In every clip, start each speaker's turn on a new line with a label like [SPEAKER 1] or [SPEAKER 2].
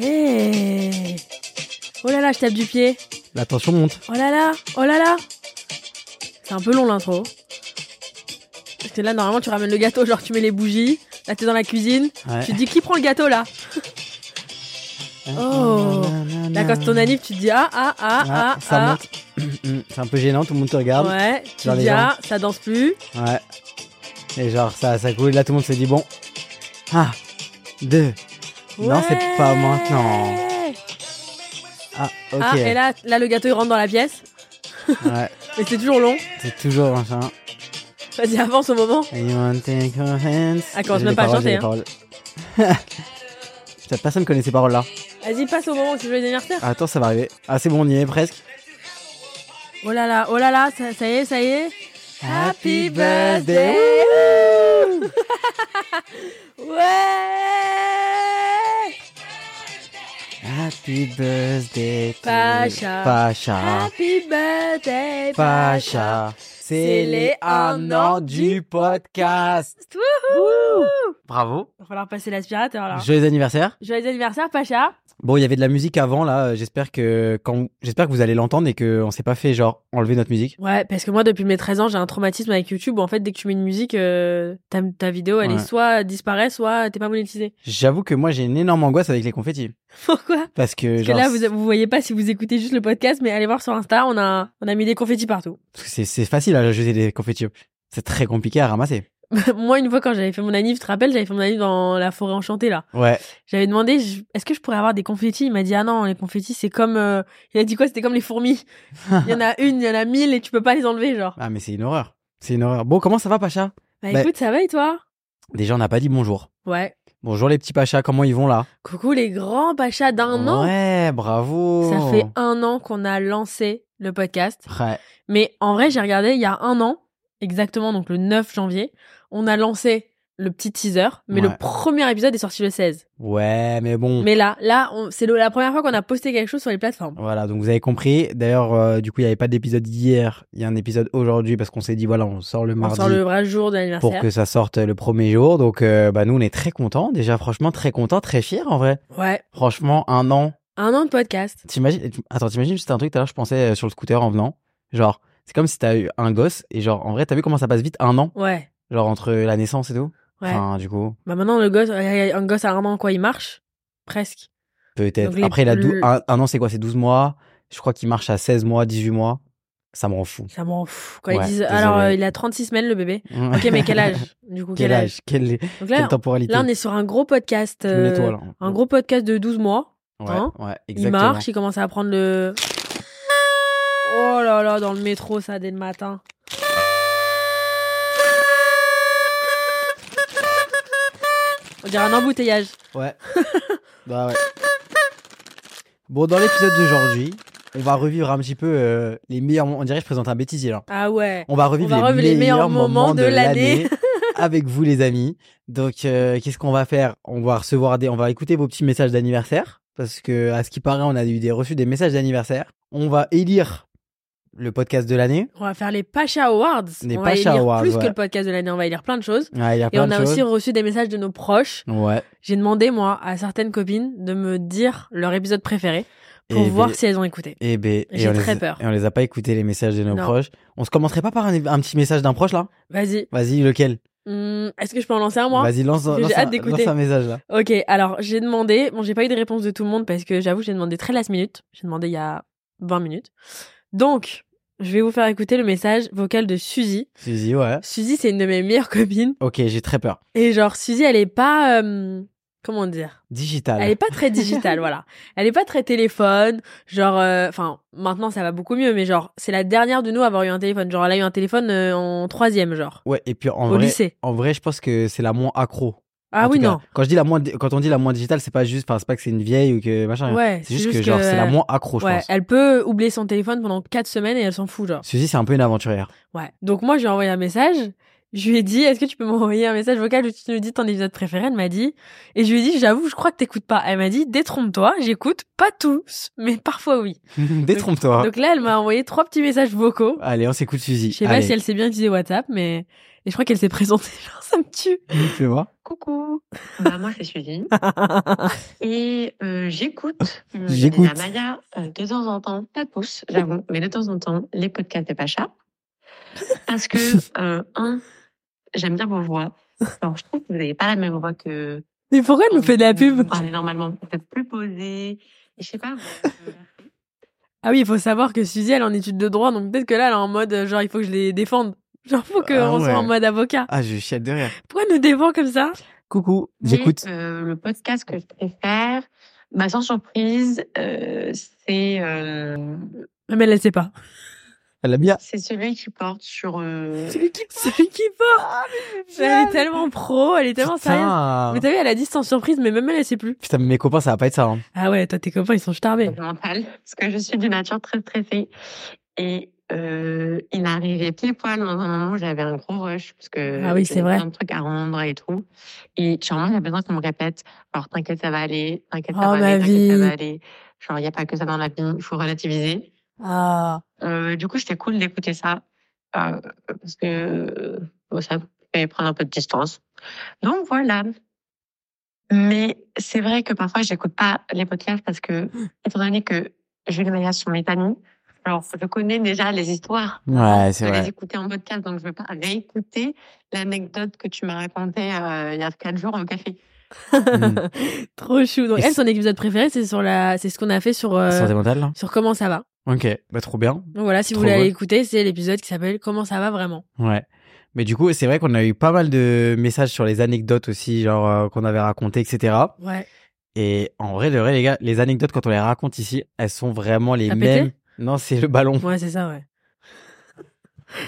[SPEAKER 1] Hey. Oh là là, je tape du pied.
[SPEAKER 2] La tension monte.
[SPEAKER 1] Oh là là, oh là là. C'est un peu long l'intro. Parce que là, normalement, tu ramènes le gâteau, genre tu mets les bougies. Là, t'es dans la cuisine.
[SPEAKER 2] Ouais.
[SPEAKER 1] Tu te dis qui prend le gâteau là Oh. Là, quand c'est ton anniv, tu te dis ah ah ah ah
[SPEAKER 2] Ah, ça
[SPEAKER 1] ah.
[SPEAKER 2] monte. C'est un peu gênant, tout le monde te regarde.
[SPEAKER 1] Ouais, tu
[SPEAKER 2] Genre
[SPEAKER 1] te
[SPEAKER 2] les
[SPEAKER 1] dis
[SPEAKER 2] gens.
[SPEAKER 1] ah, ça danse plus.
[SPEAKER 2] Ouais. Et genre, ça, ça coule. Là, tout le monde se dit bon. Ah, deux. Non, c'est
[SPEAKER 1] Ouais.
[SPEAKER 2] pas maintenant. Ah, ok.
[SPEAKER 1] Ah, et là, là, le gâteau il rentre dans la pièce.
[SPEAKER 2] Ouais,
[SPEAKER 1] Mais c'est toujours long.
[SPEAKER 2] c'est toujours machin.
[SPEAKER 1] Vas-y, avance au moment.
[SPEAKER 2] And you want to take your hands.
[SPEAKER 1] Elle commence
[SPEAKER 2] J'ai
[SPEAKER 1] même
[SPEAKER 2] les
[SPEAKER 1] pas à
[SPEAKER 2] paroles, j'ai
[SPEAKER 1] chanter,
[SPEAKER 2] les
[SPEAKER 1] hein.
[SPEAKER 2] paroles. Putain, Personne connaît ces paroles là.
[SPEAKER 1] Vas-y, passe au moment où tu veux les anniversaires.
[SPEAKER 2] Attends, ça va arriver. Ah, c'est bon, on y est presque.
[SPEAKER 1] Oh là là, oh là là, ça, ça y est, ça y est. Happy birthday.
[SPEAKER 2] Wouh
[SPEAKER 1] Ouais
[SPEAKER 2] Happy birthday to
[SPEAKER 1] Pacha.
[SPEAKER 2] Pacha.
[SPEAKER 1] Happy birthday, Pacha.
[SPEAKER 2] Pacha. C'est les un an du podcast.
[SPEAKER 1] Wouhou
[SPEAKER 2] Bravo.
[SPEAKER 1] Va falloir passer l'aspirateur là.
[SPEAKER 2] Joyeux anniversaire.
[SPEAKER 1] Joyeux anniversaire, Pacha.
[SPEAKER 2] Bon, il y avait de la musique avant là. euh, J'espère que quand j'espère que vous allez l'entendre et que on s'est pas fait genre enlever notre musique.
[SPEAKER 1] Ouais, parce que moi, depuis mes 13 ans, j'ai un traumatisme avec YouTube où en fait, dès que tu mets une musique, euh, ta, ta vidéo, elle
[SPEAKER 2] Ouais.
[SPEAKER 1] est soit disparaît, soit t'es pas monétisé.
[SPEAKER 2] J'avoue que moi j'ai une énorme angoisse avec les confettis
[SPEAKER 1] Pourquoi
[SPEAKER 2] parce que
[SPEAKER 1] Parce que
[SPEAKER 2] genre
[SPEAKER 1] là, vous, vous voyez pas si vous écoutez juste le podcast, mais allez voir sur Insta, on a, on a mis des confettis partout.
[SPEAKER 2] Parce que c'est- c'est facile à jeter des confettis. C'est très compliqué à ramasser.
[SPEAKER 1] Moi, une fois, quand j'avais fait mon anniv, tu te rappelles, j'avais fait mon anniv dans la forêt enchantée, là.
[SPEAKER 2] Ouais.
[SPEAKER 1] J'avais demandé, je- est-ce que je pourrais avoir des confettis Il m'a dit, ah non, les confettis, c'est comme, euh, il a dit quoi C'était comme les fourmis. Il y en a une, il y en a mille, et tu peux pas les enlever, genre.
[SPEAKER 2] Ah mais c'est une horreur. C'est une horreur. Bon, comment ça va Pacha
[SPEAKER 1] Bah,
[SPEAKER 2] Bah-
[SPEAKER 1] écoute, ça va et toi
[SPEAKER 2] Déjà on n'a pas dit bonjour.
[SPEAKER 1] Ouais.
[SPEAKER 2] Bonjour les petits Pachas, comment ils vont là
[SPEAKER 1] Coucou les grands pachas d'un an.
[SPEAKER 2] Ouais, Oh. bravo.
[SPEAKER 1] Ça fait un an qu'on a lancé le podcast.
[SPEAKER 2] Ouais.
[SPEAKER 1] Mais en vrai, j'ai regardé, il y a un an, exactement, donc le 9 janvier, on a lancé le petit teaser, mais
[SPEAKER 2] Ouais. Mmh.
[SPEAKER 1] le premier épisode est sorti le 16.
[SPEAKER 2] Ouais, mais bon.
[SPEAKER 1] Mais là, là, on- c'est le- la première fois qu'on a posté quelque chose sur les plateformes.
[SPEAKER 2] Voilà, donc vous avez compris. D'ailleurs, euh, du coup, il n'y avait pas d'épisode hier. Il y a un épisode aujourd'hui parce qu'on s'est dit, voilà, on sort le
[SPEAKER 1] On
[SPEAKER 2] mardi
[SPEAKER 1] sort le vrai jour de
[SPEAKER 2] pour
[SPEAKER 1] l'anniversaire.
[SPEAKER 2] que ça sorte le premier jour. Donc, euh, bah, nous, on est très contents. Déjà, franchement, très contents, très fiers en vrai.
[SPEAKER 1] Ouais,
[SPEAKER 2] Franchement, un an.
[SPEAKER 1] un an de podcast.
[SPEAKER 2] T'imagines, attends, t'imagines, c'était un truc tout à l'heure, je pensais euh, sur le scooter en venant. Genre, c'est comme si t'as eu un gosse et genre, en vrai, t'as vu comment ça passe vite un an?
[SPEAKER 1] Ouais,
[SPEAKER 2] Genre, entre la naissance et tout.
[SPEAKER 1] ouais.
[SPEAKER 2] Enfin, du coup,
[SPEAKER 1] Bah maintenant, le gosse, un gosse à un an, quoi, il marche Presque.
[SPEAKER 2] peut-être.
[SPEAKER 1] Donc, les
[SPEAKER 2] Après, il a dou-
[SPEAKER 1] plus-
[SPEAKER 2] un, un an, c'est quoi? C'est 12 mois. Je crois qu'il marche à 16 mois, 18 mois. Ça me rend fou.
[SPEAKER 1] Ça m'en fout. Quand
[SPEAKER 2] Ouais,
[SPEAKER 1] ils disent,
[SPEAKER 2] désolé.
[SPEAKER 1] alors, euh, il a 36 semaines, le bébé. Ok, mais quel âge Du coup, quel,
[SPEAKER 2] Quel
[SPEAKER 1] âge,
[SPEAKER 2] âge? Quel,
[SPEAKER 1] Donc
[SPEAKER 2] Quelle
[SPEAKER 1] là,
[SPEAKER 2] temporalité
[SPEAKER 1] là, on est sur un gros podcast.
[SPEAKER 2] Une
[SPEAKER 1] euh,
[SPEAKER 2] étoile. hein.
[SPEAKER 1] un gros podcast de 12 mois.
[SPEAKER 2] Ouais,
[SPEAKER 1] hein.
[SPEAKER 2] ouais,
[SPEAKER 1] Il
[SPEAKER 2] exactement.
[SPEAKER 1] marche, il commence à prendre le. Oh là là, dans le métro, ça, dès le matin. On dirait un embouteillage.
[SPEAKER 2] Ouais. bah ouais. Bon, dans l'épisode d'aujourd'hui, on va revivre un petit peu euh, les meilleurs moments. On dirait que je présente un bêtisier là.
[SPEAKER 1] Ah ouais.
[SPEAKER 2] On va revivre,
[SPEAKER 1] On va revivre les meilleurs moments de l'année.
[SPEAKER 2] avec vous, les amis. Donc, euh, qu'est-ce qu'on va faire On va recevoir des. On va écouter vos petits messages d'anniversaire. Parce que, à ce qui paraît, on a eu des reçus des messages d'anniversaire. On va élire le podcast de l'année.
[SPEAKER 1] On va faire les Pacha Awards.
[SPEAKER 2] Les
[SPEAKER 1] on va
[SPEAKER 2] Pacha
[SPEAKER 1] y lire
[SPEAKER 2] Awards,
[SPEAKER 1] plus
[SPEAKER 2] ouais.
[SPEAKER 1] que le podcast de l'année, on va y lire plein de choses.
[SPEAKER 2] Ouais, il y a
[SPEAKER 1] Et
[SPEAKER 2] plein
[SPEAKER 1] on
[SPEAKER 2] de
[SPEAKER 1] a
[SPEAKER 2] choses.
[SPEAKER 1] aussi reçu des messages de nos proches.
[SPEAKER 2] Ouais.
[SPEAKER 1] J'ai demandé, moi, à certaines copines de me dire leur épisode préféré pour
[SPEAKER 2] Et
[SPEAKER 1] voir
[SPEAKER 2] ben-
[SPEAKER 1] si elles ont écouté.
[SPEAKER 2] Eh ben, et
[SPEAKER 1] J'ai
[SPEAKER 2] on
[SPEAKER 1] très
[SPEAKER 2] les,
[SPEAKER 1] peur.
[SPEAKER 2] Et on les a pas écoutés, les messages de nos
[SPEAKER 1] Non.
[SPEAKER 2] proches. On se commencerait pas par un, un petit message d'un proche, là
[SPEAKER 1] Vas-y.
[SPEAKER 2] Vas-y, lequel
[SPEAKER 1] Hum, Est-ce que je peux en lancer un, moi
[SPEAKER 2] Vas-y, lance,
[SPEAKER 1] Parce que
[SPEAKER 2] lance
[SPEAKER 1] j'ai
[SPEAKER 2] un,
[SPEAKER 1] hâte d'écouter.
[SPEAKER 2] lance un message, là.
[SPEAKER 1] Ok, alors j'ai demandé, bon j'ai pas eu de réponse de tout le monde parce que j'avoue j'ai demandé très last minute, j'ai demandé il y a 20 minutes. Donc, je vais vous faire écouter le message vocal de Suzy.
[SPEAKER 2] Suzy, ouais.
[SPEAKER 1] Suzy c'est une de mes meilleures copines
[SPEAKER 2] Ok, j'ai très peur.
[SPEAKER 1] et genre Suzy elle est pas... euh, comment dire
[SPEAKER 2] Digital.
[SPEAKER 1] Elle est pas très digitale, voilà. Elle est pas très téléphone, genre, euh, enfin, maintenant ça va beaucoup mieux, mais genre, c'est la dernière de nous à avoir eu un téléphone. Genre, elle a eu un téléphone euh, en troisième, genre,
[SPEAKER 2] Ouais, et puis en
[SPEAKER 1] au
[SPEAKER 2] vrai,
[SPEAKER 1] lycée.
[SPEAKER 2] en vrai, je pense que c'est la moins accro.
[SPEAKER 1] Ah
[SPEAKER 2] En
[SPEAKER 1] oui,
[SPEAKER 2] tout cas,
[SPEAKER 1] non.
[SPEAKER 2] Quand, je dis la moins, quand on dit la moins digitale, c'est pas juste parce pas que c'est une vieille ou que machin.
[SPEAKER 1] Ouais,
[SPEAKER 2] c'est juste, que, genre, c'est la moins accro, je
[SPEAKER 1] Ouais,
[SPEAKER 2] pense.
[SPEAKER 1] elle peut oublier son téléphone pendant quatre semaines et elle s'en fout, genre.
[SPEAKER 2] Suzy, c'est un peu une aventurière.
[SPEAKER 1] Ouais. Donc moi, je lui ai envoyé un message. Je lui ai dit, est-ce que tu peux m'envoyer un message vocal où tu nous dis ton épisode préféré Elle m'a dit. Et je lui ai dit, j'avoue, je crois que t'écoutes pas. Elle m'a dit, détrompe-toi, j'écoute pas tous, mais parfois oui.
[SPEAKER 2] Détrompe-toi.
[SPEAKER 1] Donc là, elle m'a envoyé trois petits messages vocaux.
[SPEAKER 2] Allez, on s'écoute, Suzy.
[SPEAKER 1] Je sais pas si elle sait bien utiliser WhatsApp, mais et je crois qu'elle s'est présentée. Genre, ça me tue.
[SPEAKER 2] elle... Fais-moi.
[SPEAKER 3] Coucou, bah, moi c'est Suzy et euh, j'écoute euh,
[SPEAKER 2] J'écoute.
[SPEAKER 3] Sabrina Maya euh, de temps en temps, pas tous, j'avoue, mais de temps en temps les podcasts des Pacha parce que euh, un, j'aime bien vos voix. Alors je trouve que vous n'avez pas la même voix que. euh,
[SPEAKER 1] mais pourquoi
[SPEAKER 3] Oh
[SPEAKER 1] elle me fait de la
[SPEAKER 3] Vous
[SPEAKER 1] pub
[SPEAKER 3] parlez normalement, vous êtes plus posé. Je sais pas. euh, vous-
[SPEAKER 1] Ah oui, il faut savoir que Suzy, elle est en étude de droit, donc peut-être que là, elle est en mode euh, genre, il faut que je les défende. Genre, faut qu'on
[SPEAKER 2] Ah ouais.
[SPEAKER 1] soit en mode avocat.
[SPEAKER 2] Ah, je chiale de rire.
[SPEAKER 1] Pourquoi elle nous défend comme ça
[SPEAKER 2] Coucou,
[SPEAKER 3] Mais,
[SPEAKER 2] j'écoute.
[SPEAKER 3] euh, le podcast que je préfère, bah, sans surprise, euh, c'est euh,
[SPEAKER 1] Mais elle, elle sait pas.
[SPEAKER 2] Elle a
[SPEAKER 1] Bah.
[SPEAKER 2] bien.
[SPEAKER 3] c'est celui qui porte sur. euh,
[SPEAKER 1] Celui qui porte. Celui qui porte. Elle est tellement pro, elle est tellement sérieuse.
[SPEAKER 2] Putain.
[SPEAKER 1] Mais t'as vu, elle a dit sans surprise, mais même elle, elle sait plus.
[SPEAKER 2] Putain, mais mes copains, ça va pas être ça. hein.
[SPEAKER 1] Ah ouais, toi, tes copains, ils sont starbés.
[SPEAKER 3] mental, parce que je suis d'une nature très stressée. Et euh, il arrivait pile poil dans un moment où j'avais un gros rush, parce que
[SPEAKER 1] Ah oui, c'est
[SPEAKER 3] j'avais
[SPEAKER 1] vrai.
[SPEAKER 3] plein de trucs à rendre et tout. Et sûrement, il y a besoin qu'on me répète Alors, t'inquiète, ça va aller, t'inquiète, ça
[SPEAKER 1] Oh,
[SPEAKER 3] va
[SPEAKER 1] ma
[SPEAKER 3] aller, t'inquiète, ça
[SPEAKER 1] vie.
[SPEAKER 3] va aller. Genre, il n'y a pas que ça dans la vie, il faut relativiser.
[SPEAKER 1] Ah.
[SPEAKER 3] Euh, du coup, c'était cool d'écouter ça, euh, parce que euh, bon, ça me fait prendre un peu de distance. Donc voilà. Mais c'est vrai que parfois, j'écoute pas les podcasts parce que,
[SPEAKER 2] Hmm.
[SPEAKER 3] étant donné que Jules Maya sont mes amis, alors je connais déjà les histoires.
[SPEAKER 1] Ah,
[SPEAKER 2] Ouais, c'est
[SPEAKER 3] Je
[SPEAKER 2] vrai.
[SPEAKER 3] les écoutais en podcast, donc je vais pas réécouter l'anecdote que tu m'as racontée euh, il y a quatre jours au café.
[SPEAKER 2] Mm.
[SPEAKER 1] Trop chou. Donc,
[SPEAKER 2] Et
[SPEAKER 1] elle,
[SPEAKER 2] c'est-
[SPEAKER 1] son épisode préféré, c'est sur la, c'est ce qu'on a fait sur, euh,
[SPEAKER 2] Santé mentale, là
[SPEAKER 1] sur comment ça va.
[SPEAKER 2] Ok, bah trop bien.
[SPEAKER 1] Donc voilà, si vous
[SPEAKER 2] Trop
[SPEAKER 1] voulez aller
[SPEAKER 2] vrai.
[SPEAKER 1] écouter, c'est l'épisode qui s'appelle Comment ça va vraiment.
[SPEAKER 2] Ouais. Mais du coup, c'est vrai qu'on a eu pas mal de messages sur les anecdotes aussi, genre euh, qu'on avait racontées, etc.
[SPEAKER 1] Ouais.
[SPEAKER 2] Et en vrai, de vrai, les gars, les anecdotes, quand on les raconte ici, elles sont vraiment les
[SPEAKER 1] T'as pété
[SPEAKER 2] mêmes. Non, c'est le ballon.
[SPEAKER 1] Ouais, c'est ça, ouais.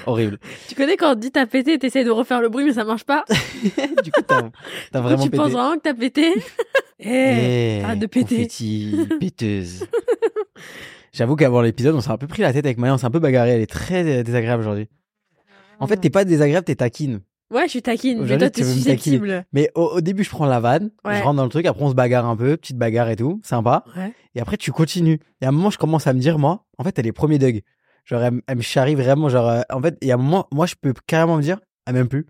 [SPEAKER 2] Horrible.
[SPEAKER 1] Tu connais quand on te dit t'as pété, t'essayes de refaire le bruit, mais ça marche pas.
[SPEAKER 2] du coup, t'as
[SPEAKER 1] Du
[SPEAKER 2] t'as
[SPEAKER 1] coup,
[SPEAKER 2] vraiment
[SPEAKER 1] tu
[SPEAKER 2] pété.
[SPEAKER 1] penses vraiment que t'as pété. Eh.
[SPEAKER 2] Eh,
[SPEAKER 1] arrête de péter.
[SPEAKER 2] confetti, péteuse. J'avoue qu'avant l'épisode, on s'est un peu pris la tête avec Maya, on s'est un peu bagarré. Elle est très euh, désagréable aujourd'hui. En fait, t'es pas désagréable, t'es taquine.
[SPEAKER 1] Ouais, je suis taquine. Mais toi,
[SPEAKER 2] Aujourd'hui, tu
[SPEAKER 1] t'es
[SPEAKER 2] veux me taquiner.
[SPEAKER 1] susceptible.
[SPEAKER 2] Mais au, au début, je prends la vanne,
[SPEAKER 1] Ouais.
[SPEAKER 2] je rentre dans le truc, après on se bagarre un peu, petite bagarre et tout, sympa.
[SPEAKER 1] Ouais.
[SPEAKER 2] Et après, tu continues. Et à un moment, je commence à me dire, moi, en fait, elle est premier Doug. Genre, elle, m- elle me charrie vraiment. Genre, euh, en fait, et à un moment, moi, je peux carrément me dire, elle m'aime plus.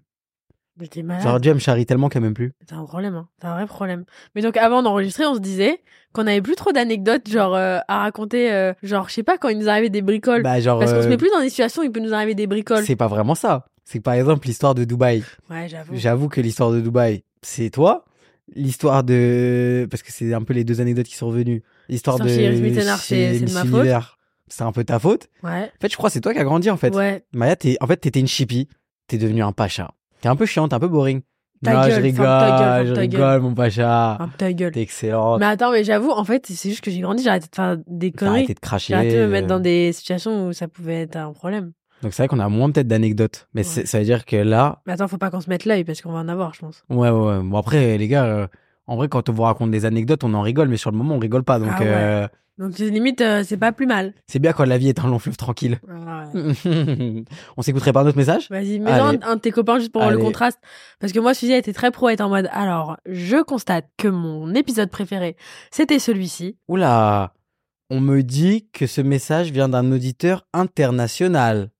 [SPEAKER 1] Mais t'es malade.
[SPEAKER 2] Genre, Dieu, elle me charrie tellement qu'elle m'aime plus.
[SPEAKER 1] T'as un problème, hein. T'as un vrai problème. Mais donc, avant d'enregistrer, on se disait qu'on avait plus trop d'anecdotes, genre, euh, à raconter, euh, genre, je sais pas, quand il nous arrivait des bricoles.
[SPEAKER 2] Bah, genre,
[SPEAKER 1] Parce qu'on se
[SPEAKER 2] euh,
[SPEAKER 1] met plus dans des situations où il peut nous arriver des bricoles.
[SPEAKER 2] c'est pas vraiment ça. C'est que, par exemple l'histoire de Dubaï.
[SPEAKER 1] Ouais, j'avoue.
[SPEAKER 2] J'avoue que l'histoire de Dubaï, c'est toi. L'histoire de. Parce que c'est un peu les deux anecdotes qui sont revenues. L'histoire de.
[SPEAKER 1] L'histoire chez Iris Mittenard,
[SPEAKER 2] chez
[SPEAKER 1] c'est- c'est de
[SPEAKER 2] Miss
[SPEAKER 1] ma faute.
[SPEAKER 2] Univers, C'est un peu ta faute.
[SPEAKER 1] Ouais.
[SPEAKER 2] En fait, je crois que c'est toi qui as grandi, en fait.
[SPEAKER 1] Ouais.
[SPEAKER 2] Maya, t'es- en fait, t'étais une chippie. T'es devenu un pacha. T'es un peu chiant, t'es un peu boring.
[SPEAKER 1] Ta
[SPEAKER 2] non,
[SPEAKER 1] gueule,
[SPEAKER 2] je
[SPEAKER 1] ferme
[SPEAKER 2] rigole,
[SPEAKER 1] ta gueule, Ah. ferme
[SPEAKER 2] je
[SPEAKER 1] ta gueule.
[SPEAKER 2] rigole, mon pacha.
[SPEAKER 1] Ferme ta gueule.
[SPEAKER 2] T'es excellent.
[SPEAKER 1] Mais attends, mais j'avoue, en fait, c'est juste que j'ai grandi, j'ai arrêté de faire des
[SPEAKER 2] T'as arrêté
[SPEAKER 1] conneries.
[SPEAKER 2] de cracher.
[SPEAKER 1] J'ai arrêté de me
[SPEAKER 2] euh.
[SPEAKER 1] mettre dans des situations où ça pouvait être un problème.
[SPEAKER 2] Donc, c'est vrai qu'on a moins peut-être d'anecdotes. Mais
[SPEAKER 1] Ouais.
[SPEAKER 2] c'est- ça veut dire que là.
[SPEAKER 1] Mais attends, faut pas qu'on se mette l'œil parce qu'on va en avoir, je pense.
[SPEAKER 2] Ouais, ouais, ouais. Bon, après, les gars, euh, en vrai, quand on vous raconte des anecdotes, on en rigole, mais sur le moment, on rigole pas. Donc,
[SPEAKER 1] Ah ouais.
[SPEAKER 2] euh,
[SPEAKER 1] Donc, limite, euh, c'est pas plus mal.
[SPEAKER 2] c'est bien quand la vie est un long fleuve tranquille. on s'écouterait pas un autre message
[SPEAKER 1] Vas-y, mets un,
[SPEAKER 2] Allez.
[SPEAKER 1] un de tes copains juste pour le
[SPEAKER 2] Allez.
[SPEAKER 1] contraste. Parce que moi, Suzy a été très pro, elle était en mode Alors, je constate que mon épisode préféré, c'était celui-ci.
[SPEAKER 2] Oula, on me dit que ce message vient d'un auditeur international.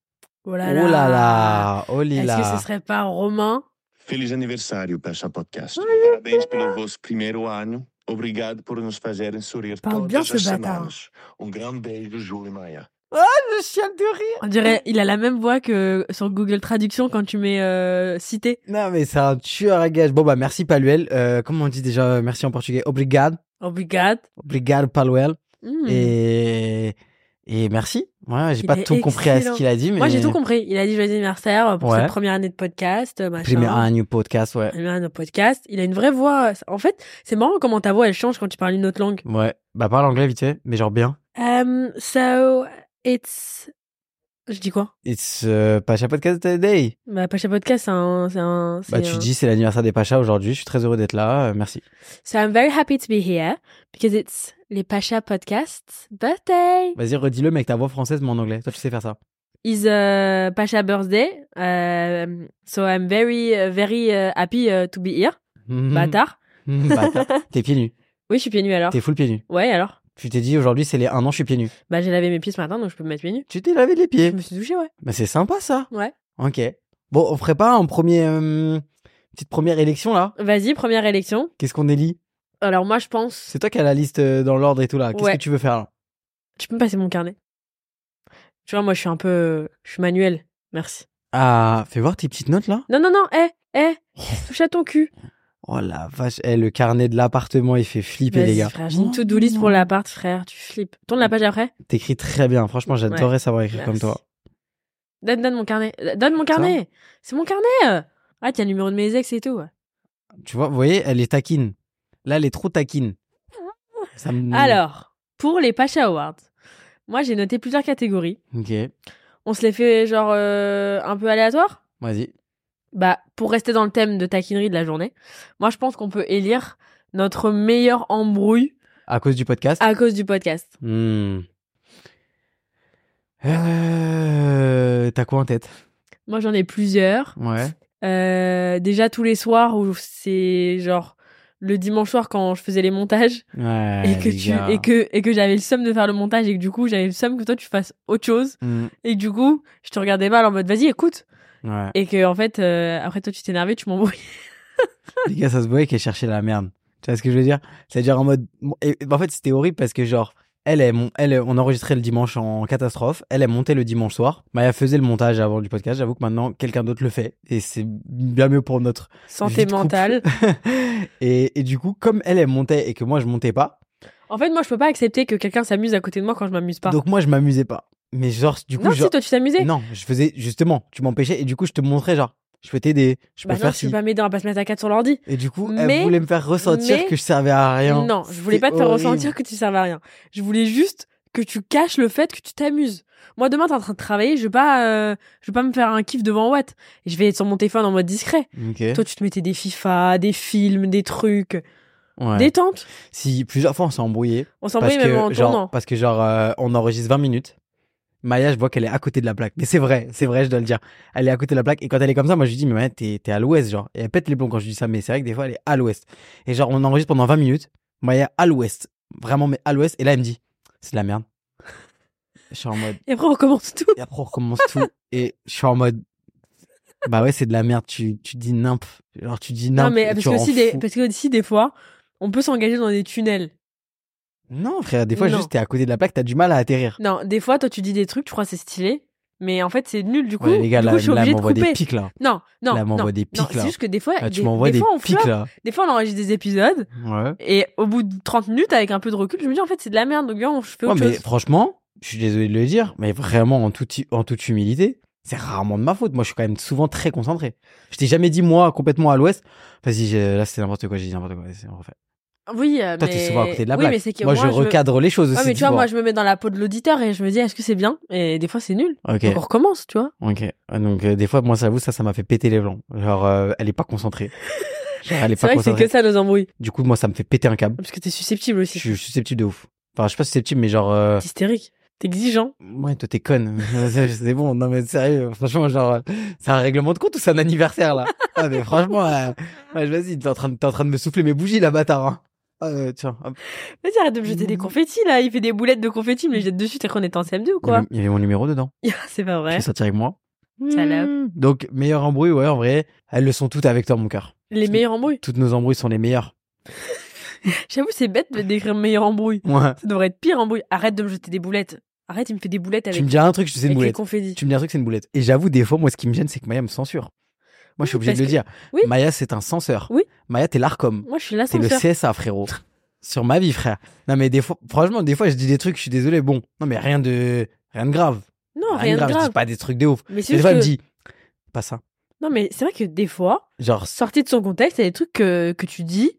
[SPEAKER 1] Oh là là.
[SPEAKER 2] Oh là là, oh
[SPEAKER 1] Est-ce que
[SPEAKER 2] là.
[SPEAKER 1] ce serait pas Romain
[SPEAKER 4] Feliz aniversário, Pacha Podcast. Parabéns pelo vosso primeiro ano. Obrigado por nos fazerem sorrir
[SPEAKER 1] Parle
[SPEAKER 4] todas
[SPEAKER 1] bien ce
[SPEAKER 4] as
[SPEAKER 1] bâtard.
[SPEAKER 4] semanas. Um grande beijo, Júlio e Maia.
[SPEAKER 2] Je chiale de rire.
[SPEAKER 1] On dirait, il a la même voix que sur Google Traduction quand tu mets euh, cité.
[SPEAKER 2] Non, mais c'est un tueur à gage. Bon, bah, merci Paluel. Euh, comment on dit déjà euh, merci en portugais Obrigado.
[SPEAKER 1] Obrigado.
[SPEAKER 2] Obrigado, Paluel.
[SPEAKER 1] Oh, Hmm.
[SPEAKER 2] Et... et merci. Ouais, j'ai
[SPEAKER 1] Il
[SPEAKER 2] pas
[SPEAKER 1] est
[SPEAKER 2] tout compris à ce
[SPEAKER 1] excellent.
[SPEAKER 2] qu'il a dit, mais
[SPEAKER 1] Moi, j'ai tout compris. Il a dit joyeux anniversaire euh, pour
[SPEAKER 2] Ouais.
[SPEAKER 1] cette première année de podcast, euh, machin.
[SPEAKER 2] Primer un new podcast, ouais.
[SPEAKER 1] Première année de podcast. Il a une vraie voix. En fait, c'est marrant comment ta voix, elle change quand tu parles une autre langue.
[SPEAKER 2] Ouais. Bah, parle anglais vite fait, mais genre bien.
[SPEAKER 1] Um, so, it's... Je dis quoi
[SPEAKER 2] It's euh, Pacha Podcast Day.
[SPEAKER 1] Bah, Pacha Podcast, c'est un... c'est un-
[SPEAKER 2] Bah,
[SPEAKER 1] c'est
[SPEAKER 2] tu
[SPEAKER 1] un-
[SPEAKER 2] dis, c'est l'anniversaire des Pachas aujourd'hui. Je suis très heureux d'être là. euh, merci.
[SPEAKER 1] So, I'm very happy to be here because it's les Pacha Podcast's birthday.
[SPEAKER 2] Vas-y, redis-le, mec, ta voix française, mais en anglais. Toi, tu sais faire ça.
[SPEAKER 1] Is uh, Pacha birthday. Um, so, I'm very, uh, very uh, happy uh, to be here. Bâtard.
[SPEAKER 2] Mhm, bâtard. T'es pieds nus.
[SPEAKER 1] Oui, je suis pieds nus alors.
[SPEAKER 2] T'es full pieds nus.
[SPEAKER 1] Ouais, alors
[SPEAKER 2] Tu t'es dit, aujourd'hui, c'est les 1 an, je suis pieds nus.
[SPEAKER 1] Bah, j'ai lavé mes pieds ce matin, donc je peux me mettre pieds nus.
[SPEAKER 2] Tu t'es lavé les
[SPEAKER 1] Je
[SPEAKER 2] pieds.
[SPEAKER 1] me suis touchée, ouais.
[SPEAKER 2] Bah, c'est sympa, ça.
[SPEAKER 1] Ouais.
[SPEAKER 2] Ok. Bon, on ferait pas un premier. euh, petite première élection, là
[SPEAKER 1] Vas-y, première élection.
[SPEAKER 2] Qu'est-ce qu'on élit
[SPEAKER 1] Alors, moi, je pense.
[SPEAKER 2] C'est toi qui as la liste euh, dans l'ordre et tout, là. Qu'est-ce
[SPEAKER 1] Ouais.
[SPEAKER 2] que tu veux faire, là
[SPEAKER 1] Tu peux me passer mon carnet Tu vois, moi, je suis un peu. Je suis manuel. Merci.
[SPEAKER 2] Ah, fais voir tes petites notes, là.
[SPEAKER 1] Non, non, non, hé, hé, touche à ton cul.
[SPEAKER 2] Oh la vache, eh, le carnet de l'appartement, il fait flipper les
[SPEAKER 1] Vas-y,
[SPEAKER 2] gars. Oh,
[SPEAKER 1] frère, j'ai une to-do list pour l'appart, frère. Tu flippes. Tourne la page après.
[SPEAKER 2] T'écris très bien, franchement, j'adorais savoir écrire comme
[SPEAKER 1] Merci.
[SPEAKER 2] toi.
[SPEAKER 1] Donne, donne mon carnet. euh, Donne mon carnet. C'est mon carnet. euh. Ah, tiens, le numéro de mes ex et tout.
[SPEAKER 2] Tu vois, vous voyez, elle est taquine. Là, elle est trop taquine. Ça me-
[SPEAKER 1] Alors, pour les Pacha Awards, moi, j'ai noté plusieurs catégories.
[SPEAKER 2] Ok,
[SPEAKER 1] On se les fait, genre, euh, un peu aléatoire
[SPEAKER 2] vas-y.
[SPEAKER 1] bah, pour rester dans le thème de taquinerie de la journée, moi je pense qu'on peut élire notre meilleure embrouille
[SPEAKER 2] À cause du podcast
[SPEAKER 1] à cause du podcast.
[SPEAKER 2] Hmm. Euh, T'as quoi en tête
[SPEAKER 1] Moi j'en ai plusieurs.
[SPEAKER 2] Ouais.
[SPEAKER 1] Euh, déjà tous les soirs où c'est genre le dimanche soir quand je faisais les montages
[SPEAKER 2] Ouais,
[SPEAKER 1] et que
[SPEAKER 2] les
[SPEAKER 1] tu
[SPEAKER 2] gars.
[SPEAKER 1] et que et que j'avais le somme de faire le montage et que du coup j'avais le somme que toi tu fasses autre chose
[SPEAKER 2] Hmm,
[SPEAKER 1] et que du coup je te regardais mal en mode vas-y écoute
[SPEAKER 2] Ouais.
[SPEAKER 1] et que en fait euh, après toi tu t'énervais tu m'embrouilles.
[SPEAKER 2] les gars, ça se voyait qu'elle cherchait la merde. Tu vois ce que je veux dire C'est-à-dire en mode. et- et- en fait, c'était horrible parce que, genre, elle, elle, mon- elle, on enregistrait le dimanche en catastrophe. Elle, elle montait le dimanche soir. Maya faisait le montage avant du podcast. J'avoue que maintenant, quelqu'un d'autre le fait. Et c'est bien mieux pour notre.
[SPEAKER 1] Santé
[SPEAKER 2] vie de couple.
[SPEAKER 1] mentale.
[SPEAKER 2] et, et du coup, comme elle, elle montait et que moi, je montais pas.
[SPEAKER 1] En fait moi je peux pas accepter que quelqu'un s'amuse à côté de moi quand je m'amuse pas.
[SPEAKER 2] Donc, moi, je m'amusais pas. Mais genre, du coup,
[SPEAKER 1] non
[SPEAKER 2] genre-
[SPEAKER 1] si toi tu t'amusais.
[SPEAKER 2] non, je faisais justement, tu m'empêchais et du coup, je te montrais, genre, je peux t'aider, je peux
[SPEAKER 1] bah non,
[SPEAKER 2] faire
[SPEAKER 1] tu
[SPEAKER 2] ci.
[SPEAKER 1] peux pas m'aider, on va pas se mettre à 4 sur l'ordi.
[SPEAKER 2] Et du coup,
[SPEAKER 1] Mais-
[SPEAKER 2] elle voulait me faire ressentir
[SPEAKER 1] mais-
[SPEAKER 2] que je servais à rien.
[SPEAKER 1] Non, je voulais
[SPEAKER 2] C'était
[SPEAKER 1] pas te faire
[SPEAKER 2] horrible.
[SPEAKER 1] ressentir que tu serves à rien. Je voulais juste que tu caches le fait que tu t'amuses. Moi, demain, t'es en train de travailler, je vais pas, euh, je vais pas me faire un kiff devant Watt. Je vais être sur mon téléphone en mode discret.
[SPEAKER 2] Ok.
[SPEAKER 1] Toi, tu te mettais des FIFA, des films, des trucs,
[SPEAKER 2] Ouais.
[SPEAKER 1] détente.
[SPEAKER 2] Si plusieurs fois on s'est embrouillé.
[SPEAKER 1] On
[SPEAKER 2] Parce
[SPEAKER 1] s'embrouille même en
[SPEAKER 2] que, genre,
[SPEAKER 1] tournant.
[SPEAKER 2] parce que genre, euh, on enregistre 20 minutes. Maya, je vois qu'elle est à côté de la plaque. Mais c'est vrai, c'est vrai, je dois le dire. Elle est à côté de la plaque. Et quand elle est comme ça, moi, je lui dis, mais Maya, t'es t'es à l'ouest, genre. Et elle pète les plombs quand je dis ça. Mais c'est vrai que des fois, elle est à l'ouest. Et genre, on enregistre pendant 20 minutes. Maya, à l'ouest. Vraiment, mais à l'ouest. Et là, elle me dit, c'est de la merde. Je suis en mode,
[SPEAKER 1] Et après, on recommence tout.
[SPEAKER 2] et après, on recommence tout. Et je suis en mode, bah ouais, c'est de la merde. Tu, tu dis nymphe. Genre, tu dis
[SPEAKER 1] Non,
[SPEAKER 2] nymphe.
[SPEAKER 1] mais
[SPEAKER 2] et
[SPEAKER 1] parce
[SPEAKER 2] tu
[SPEAKER 1] que, aussi
[SPEAKER 2] rends
[SPEAKER 1] des,
[SPEAKER 2] fou.
[SPEAKER 1] parce que aussi, des fois, on peut s'engager dans des tunnels.
[SPEAKER 2] Non, frère, des fois,
[SPEAKER 1] Non.
[SPEAKER 2] juste, t'es à côté de la plaque, t'as du mal à atterrir.
[SPEAKER 1] Non, des fois, toi, tu dis des trucs, tu crois que c'est stylé, mais en fait, c'est nul du coup.
[SPEAKER 2] Ouais, les gars,
[SPEAKER 1] du
[SPEAKER 2] là,
[SPEAKER 1] coup, je suis
[SPEAKER 2] là,
[SPEAKER 1] obligée de
[SPEAKER 2] m'envoie des
[SPEAKER 1] couper.
[SPEAKER 2] pics, là.
[SPEAKER 1] Non, non,
[SPEAKER 2] Là, m'envoie
[SPEAKER 1] non,
[SPEAKER 2] des
[SPEAKER 1] non,
[SPEAKER 2] pics, là.
[SPEAKER 1] C'est juste que des fois,
[SPEAKER 2] Là, tu
[SPEAKER 1] des-
[SPEAKER 2] m'envoies
[SPEAKER 1] des
[SPEAKER 2] des,
[SPEAKER 1] fois, on
[SPEAKER 2] pics,
[SPEAKER 1] floppe.
[SPEAKER 2] là.
[SPEAKER 1] Des fois, on enregistre des épisodes
[SPEAKER 2] Ouais.
[SPEAKER 1] et au bout de 30 minutes, avec un peu de recul, je me dis en fait, c'est de la merde, donc viens, on- je fais
[SPEAKER 2] Ouais,
[SPEAKER 1] autre
[SPEAKER 2] mais
[SPEAKER 1] chose.
[SPEAKER 2] franchement, je suis désolé de le dire, mais vraiment, en toute, en toute humilité, c'est rarement de ma faute. Moi, je suis quand même souvent très concentré. Je t'ai jamais dit, moi, complètement à l'ouest. Vas-y, j'ai- là, c'est n'importe quoi, j'ai dit n'importe quoi. vas-y, on refait.
[SPEAKER 1] Oui, euh,
[SPEAKER 2] Toi,
[SPEAKER 1] mais...
[SPEAKER 2] t'es souvent à côté de la
[SPEAKER 1] oui,
[SPEAKER 2] plaque.
[SPEAKER 1] mais c'est que
[SPEAKER 2] moi, je
[SPEAKER 1] me-
[SPEAKER 2] recadre les choses
[SPEAKER 1] Ouais,
[SPEAKER 2] aussi.
[SPEAKER 1] mais tu vois,
[SPEAKER 2] vois.
[SPEAKER 1] moi, je me mets dans la peau de l'auditeur et je me dis, est-ce que c'est bien Et des fois, c'est nul.
[SPEAKER 2] Ok,
[SPEAKER 1] Donc, on recommence, tu vois.
[SPEAKER 2] ok. Donc, euh, des fois, moi, ça vous, ça, ça m'a fait péter les blancs. Genre, euh, elle est pas concentrée. Genre, elle est
[SPEAKER 1] C'est
[SPEAKER 2] pas
[SPEAKER 1] vrai que c'est
[SPEAKER 2] concentrée.
[SPEAKER 1] que ça nos embrouilles.
[SPEAKER 2] Du coup, moi, ça me fait péter un câble.
[SPEAKER 1] Parce que t'es susceptible
[SPEAKER 2] Je
[SPEAKER 1] aussi.
[SPEAKER 2] suis susceptible de ouf. Enfin, je suis pas susceptible, mais genre, euh,
[SPEAKER 1] T'es hystérique. T'es exigeant.
[SPEAKER 2] Ouais, toi t'es conne. c'est c'est bon, non mais sérieux, franchement, genre, euh, c'est un règlement de compte ou c'est un anniversaire là Ah mais franchement, euh, ouais, vas-y, t'es en, train de- t'es en train de me souffler mes bougies là, bâtard. Hein. Ah, euh, tiens, hop.
[SPEAKER 1] Vas-y, arrête de me jeter des
[SPEAKER 2] Mm.
[SPEAKER 1] confettis, là. Il fait des boulettes de confettis, mais je jette dessus, t'es qu'on est en CM2 ou
[SPEAKER 2] Il y,
[SPEAKER 1] quoi
[SPEAKER 2] avait, il y avait mon numéro dedans.
[SPEAKER 1] C'est pas
[SPEAKER 2] Tu
[SPEAKER 1] vrai.
[SPEAKER 2] veux sortir avec moi
[SPEAKER 1] Salope.
[SPEAKER 2] Mmh. Donc, meilleure embrouille, ouais, en vrai, elles le sont toutes avec toi, mon cœur.
[SPEAKER 1] Les meilleures embrouilles.
[SPEAKER 2] Toutes nos embrouilles sont les meilleures.
[SPEAKER 1] J'avoue, c'est bête de décrire meilleure embrouille.
[SPEAKER 2] Ouais.
[SPEAKER 1] Ça devrait être pire embrouille. Arrête de me jeter des boulettes. Arrête, il me fait des boulettes avec,
[SPEAKER 2] Tu me dis un truc, je sais une
[SPEAKER 1] avec les
[SPEAKER 2] boulette.
[SPEAKER 1] confettis.
[SPEAKER 2] Tu me dis un truc, c'est une boulette. Et j'avoue, des fois, moi, ce qui me gêne, c'est que Maya me censure. Moi, je
[SPEAKER 1] Oui,
[SPEAKER 2] suis obligé de
[SPEAKER 1] parce
[SPEAKER 2] le
[SPEAKER 1] que-
[SPEAKER 2] dire.
[SPEAKER 1] oui.
[SPEAKER 2] Maya, c'est un censeur.
[SPEAKER 1] Oui.
[SPEAKER 2] Maya, t'es l'ARCOM.
[SPEAKER 1] Moi, je suis
[SPEAKER 2] C'est le
[SPEAKER 1] l'ascenseur.
[SPEAKER 2] CSA, frérot. Sur ma vie, frère. Non, mais des fois, franchement, des fois, je dis des trucs, je suis désolé. Bon, non, mais rien de, Rien de Ah, grave.
[SPEAKER 1] Non, rien de grave.
[SPEAKER 2] Je dis pas des trucs de ouf.
[SPEAKER 1] Mais c'est
[SPEAKER 2] Des
[SPEAKER 1] juste
[SPEAKER 2] fois, elle me
[SPEAKER 1] que-
[SPEAKER 2] dit, pas ça.
[SPEAKER 1] Non, mais c'est vrai que des fois,
[SPEAKER 2] Genre,
[SPEAKER 1] sorti de son contexte, il y a des trucs que, que tu dis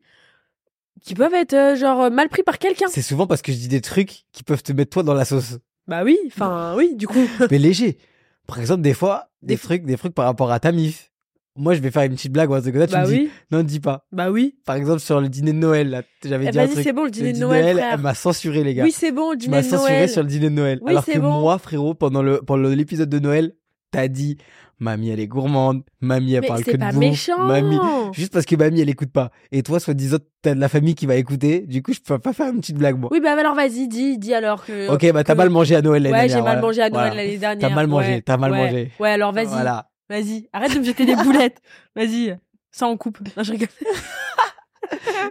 [SPEAKER 1] qui peuvent être euh, genre mal pris par quelqu'un.
[SPEAKER 2] c'est souvent parce que je dis des trucs qui peuvent te mettre toi dans la sauce.
[SPEAKER 1] Bah oui, enfin oui, du coup.
[SPEAKER 2] mais léger. Par exemple, des fois, des,
[SPEAKER 1] Des-
[SPEAKER 2] trucs, des trucs par rapport à ta mif. Moi, je vais faire une petite blague ou un truc comme ça, tu
[SPEAKER 1] bah
[SPEAKER 2] me dis,
[SPEAKER 1] oui,
[SPEAKER 2] non, dis pas.
[SPEAKER 1] bah oui.
[SPEAKER 2] Par exemple, sur le dîner de Noël, là, j'avais
[SPEAKER 1] Eh,
[SPEAKER 2] dit un
[SPEAKER 1] Vas-y,
[SPEAKER 2] truc.
[SPEAKER 1] c'est bon, le
[SPEAKER 2] Le
[SPEAKER 1] dîner de Noël, frère.
[SPEAKER 2] elle m'a censuré, les gars.
[SPEAKER 1] Oui, c'est bon, le
[SPEAKER 2] tu
[SPEAKER 1] dîner
[SPEAKER 2] m'as
[SPEAKER 1] de
[SPEAKER 2] censuré
[SPEAKER 1] Noël.
[SPEAKER 2] sur le dîner de Noël.
[SPEAKER 1] Oui,
[SPEAKER 2] Alors
[SPEAKER 1] c'est
[SPEAKER 2] que
[SPEAKER 1] bon.
[SPEAKER 2] moi, frérot, pendant le pendant l'épisode de Noël, t'as dit, mamie, elle est gourmande, mamie, elle
[SPEAKER 1] Mais
[SPEAKER 2] parle que
[SPEAKER 1] c'est
[SPEAKER 2] de
[SPEAKER 1] pas
[SPEAKER 2] bouffe,
[SPEAKER 1] méchant.
[SPEAKER 2] mamie, juste parce que mamie elle écoute pas. Et toi, soi-disant, t'as de la famille qui va écouter. Du coup, je peux pas faire une petite blague, moi.
[SPEAKER 1] Oui, bah alors vas-y, dis, dis alors que.
[SPEAKER 2] ok, bah t'as
[SPEAKER 1] que-
[SPEAKER 2] mal mangé à Noël l'année
[SPEAKER 1] Ouais,
[SPEAKER 2] dernière.
[SPEAKER 1] j'ai mal
[SPEAKER 2] voilà.
[SPEAKER 1] mangé à Noël
[SPEAKER 2] Voilà.
[SPEAKER 1] l'année dernière.
[SPEAKER 2] T'as mal mangé,
[SPEAKER 1] Ouais,
[SPEAKER 2] t'as mal
[SPEAKER 1] ouais.
[SPEAKER 2] mangé.
[SPEAKER 1] Ouais, alors vas-y,
[SPEAKER 2] Voilà.
[SPEAKER 1] vas-y. Arrête de me jeter des boulettes. Vas-y, ça on coupe. Non, je rigole.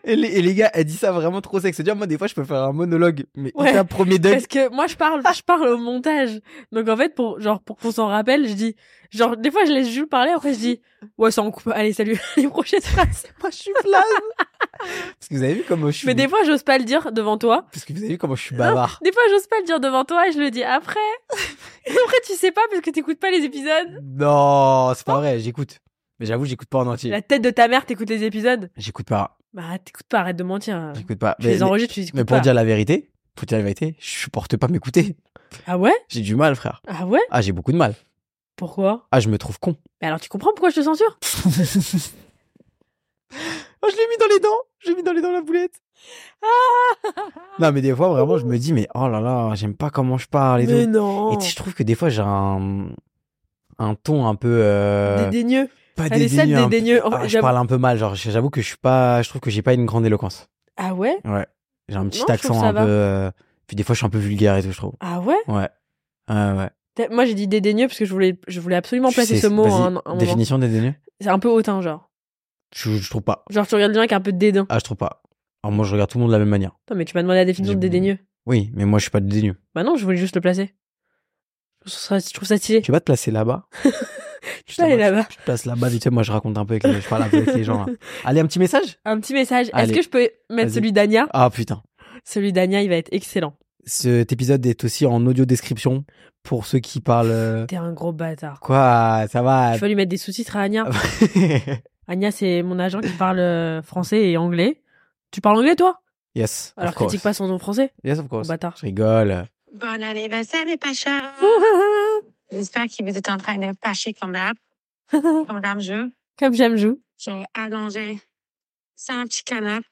[SPEAKER 2] Et les, et les gars, elle dit ça vraiment trop sexe. Tu vois, moi, des fois, je peux faire un monologue, mais
[SPEAKER 1] Ouais.
[SPEAKER 2] c'est un premier date.
[SPEAKER 1] Parce que moi je parle, je parle au montage. Donc en fait pour genre pour qu'on s'en rappelle, je dis genre des fois je laisse Jules parler après je dis ouais ça en coupe. Allez salut les prochaines phrases.
[SPEAKER 2] Moi, je suis blaze. parce que vous avez vu comment je suis.
[SPEAKER 1] Mais des fois j'ose pas le dire devant toi.
[SPEAKER 2] Parce que vous avez vu comment je suis bavard.
[SPEAKER 1] Des fois j'ose pas le dire devant toi et je le dis après. Et après tu sais pas parce que t'écoutes pas les épisodes.
[SPEAKER 2] Non, c'est pas vrai. J'écoute. Mais j'avoue, j'écoute pas en entier.
[SPEAKER 1] La tête de ta mère t'écoutes les épisodes.
[SPEAKER 2] J'écoute pas.
[SPEAKER 1] Bah t'écoutes pas, arrête de mentir.
[SPEAKER 2] J'écoute pas.
[SPEAKER 1] Tu les enregistres, tu les écoutes
[SPEAKER 2] mais pour
[SPEAKER 1] pas.
[SPEAKER 2] dire la vérité, pour dire la vérité, je supporte pas m'écouter.
[SPEAKER 1] Ah ouais
[SPEAKER 2] J'ai du mal, frère.
[SPEAKER 1] Ah ouais
[SPEAKER 2] Ah, j'ai beaucoup de mal.
[SPEAKER 1] Pourquoi
[SPEAKER 2] Ah, je me trouve con.
[SPEAKER 1] Mais alors tu comprends pourquoi je te censure
[SPEAKER 2] Ah, je Oh, l'ai mis dans les dents. J'ai mis dans les dents la boulette. non, mais des fois, vraiment, je me dis, mais oh là là, j'aime pas comment je parle et
[SPEAKER 1] Mais
[SPEAKER 2] tout.
[SPEAKER 1] non.
[SPEAKER 2] Et tu sais, je trouve que des fois, j'ai un, un ton un peu. euh,
[SPEAKER 1] Dédaigneux.
[SPEAKER 2] pas
[SPEAKER 1] Elle est sale
[SPEAKER 2] dédaigneux, un peu-
[SPEAKER 1] dédaigneux. En
[SPEAKER 2] Ah,
[SPEAKER 1] vrai,
[SPEAKER 2] je
[SPEAKER 1] oh, j'avoue-
[SPEAKER 2] parle un peu mal. Genre, j'avoue que je suis pas. Je trouve que j'ai pas une grande éloquence.
[SPEAKER 1] Ah ouais
[SPEAKER 2] Ouais. J'ai un petit
[SPEAKER 1] Non, je trouve
[SPEAKER 2] accent
[SPEAKER 1] ça
[SPEAKER 2] un
[SPEAKER 1] va.
[SPEAKER 2] peu. euh, Puis des fois, je suis un peu vulgaire et tout, je trouve.
[SPEAKER 1] Ah ouais
[SPEAKER 2] Ouais. Ouais, ouais.
[SPEAKER 1] T'as- Moi, j'ai dit dédaigneux parce que je voulais, je voulais absolument
[SPEAKER 2] Tu
[SPEAKER 1] placer
[SPEAKER 2] sais,
[SPEAKER 1] ce mot.
[SPEAKER 2] vas-y,
[SPEAKER 1] à un- à un moment.
[SPEAKER 2] définition dédaigneux
[SPEAKER 1] C'est un peu hautain, genre.
[SPEAKER 2] je, je trouve pas.
[SPEAKER 1] Genre, tu regardes bien avec un peu de dédain.
[SPEAKER 2] Ah, je trouve pas. Alors, moi, je regarde tout le monde de la même manière.
[SPEAKER 1] Non, mais tu m'as demandé la définition de
[SPEAKER 2] J'ai-
[SPEAKER 1] dédaigneux.
[SPEAKER 2] Oui, mais moi, je suis pas dédaigneux.
[SPEAKER 1] Bah non, je voulais juste le placer. Je trouve ça, je trouve ça stylé.
[SPEAKER 2] Tu vas te placer là-bas.
[SPEAKER 1] Tu peux aller là-bas.
[SPEAKER 2] Je te place là-bas, tu sais, moi, je raconte un peu avec les, je parle un peu avec les gens. là. Allez, un petit message
[SPEAKER 1] Un petit message. Est-ce
[SPEAKER 2] Allez.
[SPEAKER 1] que je peux mettre
[SPEAKER 2] Vas-y.
[SPEAKER 1] celui d'Ania
[SPEAKER 2] Ah, putain.
[SPEAKER 1] Celui d'Ania, il va être excellent.
[SPEAKER 2] Cet épisode est aussi en audio description pour ceux qui parlent. euh,
[SPEAKER 1] T'es un gros bâtard.
[SPEAKER 2] Quoi Ça va
[SPEAKER 1] Je vais lui mettre des sous-titres à Ania. Ania, c'est mon agent qui parle euh, français et anglais. Tu parles anglais, toi
[SPEAKER 2] Yes.
[SPEAKER 1] Alors
[SPEAKER 2] of course.
[SPEAKER 1] critique pas son nom français.
[SPEAKER 2] Yes, of course.
[SPEAKER 1] Gros bâtard.
[SPEAKER 2] Je rigole.
[SPEAKER 3] Bon anniversaire, les Pachas! J'espère que vous êtes en train de pâcher comme d'hab, comme d'hab, je.
[SPEAKER 1] Comme j'aime joue.
[SPEAKER 3] J'ai allongé sur un petit canapé,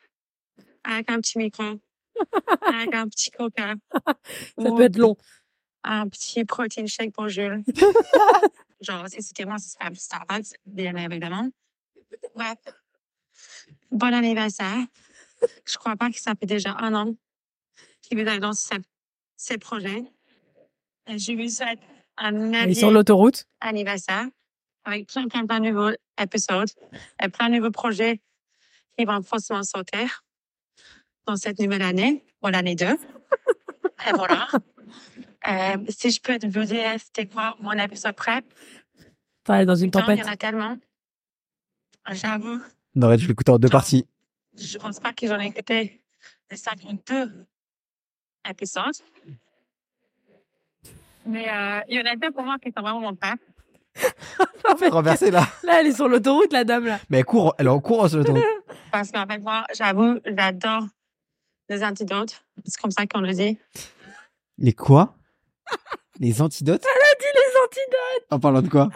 [SPEAKER 3] avec un petit micro, avec un petit coca.
[SPEAKER 1] Ça
[SPEAKER 3] ou
[SPEAKER 1] peut être long.
[SPEAKER 3] Un petit protein shake pour Jules. Genre, si c'était moi, ce serait un Starbucks, bien évidemment. Bref. Bon anniversaire. Je crois pas que ça fait déjà un an qu'il est dans ce, ce projet. Et je vous souhaite un
[SPEAKER 1] Il est sur
[SPEAKER 3] merveilleux
[SPEAKER 1] l'autoroute.
[SPEAKER 3] anniversaire avec plein, plein, plein de nouveaux épisodes et plein de nouveaux projets qui vont forcément sortir dans cette nouvelle année ou l'année 2. Et voilà. Euh, si je peux vous dire, c'était quoi mon épisode prep?
[SPEAKER 1] Enfin, dans une
[SPEAKER 3] Putain,
[SPEAKER 1] tempête.
[SPEAKER 3] Il y en a tellement. J'avoue,
[SPEAKER 2] Non, ouais, je l'écoute en deux
[SPEAKER 1] Ah,
[SPEAKER 3] Ciao.
[SPEAKER 2] parties.
[SPEAKER 3] je pense pas que j'en ai écouté les 52 épisodes. Mais euh, il y en a deux pour moi qui sont vraiment mon père.
[SPEAKER 1] En fait,
[SPEAKER 2] Renversé là.
[SPEAKER 1] Là, elle est sur l'autoroute, la dame, là.
[SPEAKER 2] Mais elle court, elle est en courant sur le temps.
[SPEAKER 3] Parce qu'avec moi, j'avoue, j'adore les antidotes. C'est comme ça qu'on le dit.
[SPEAKER 2] Les quoi Les antidotes
[SPEAKER 1] dit les antidotes.
[SPEAKER 2] En parlant de quoi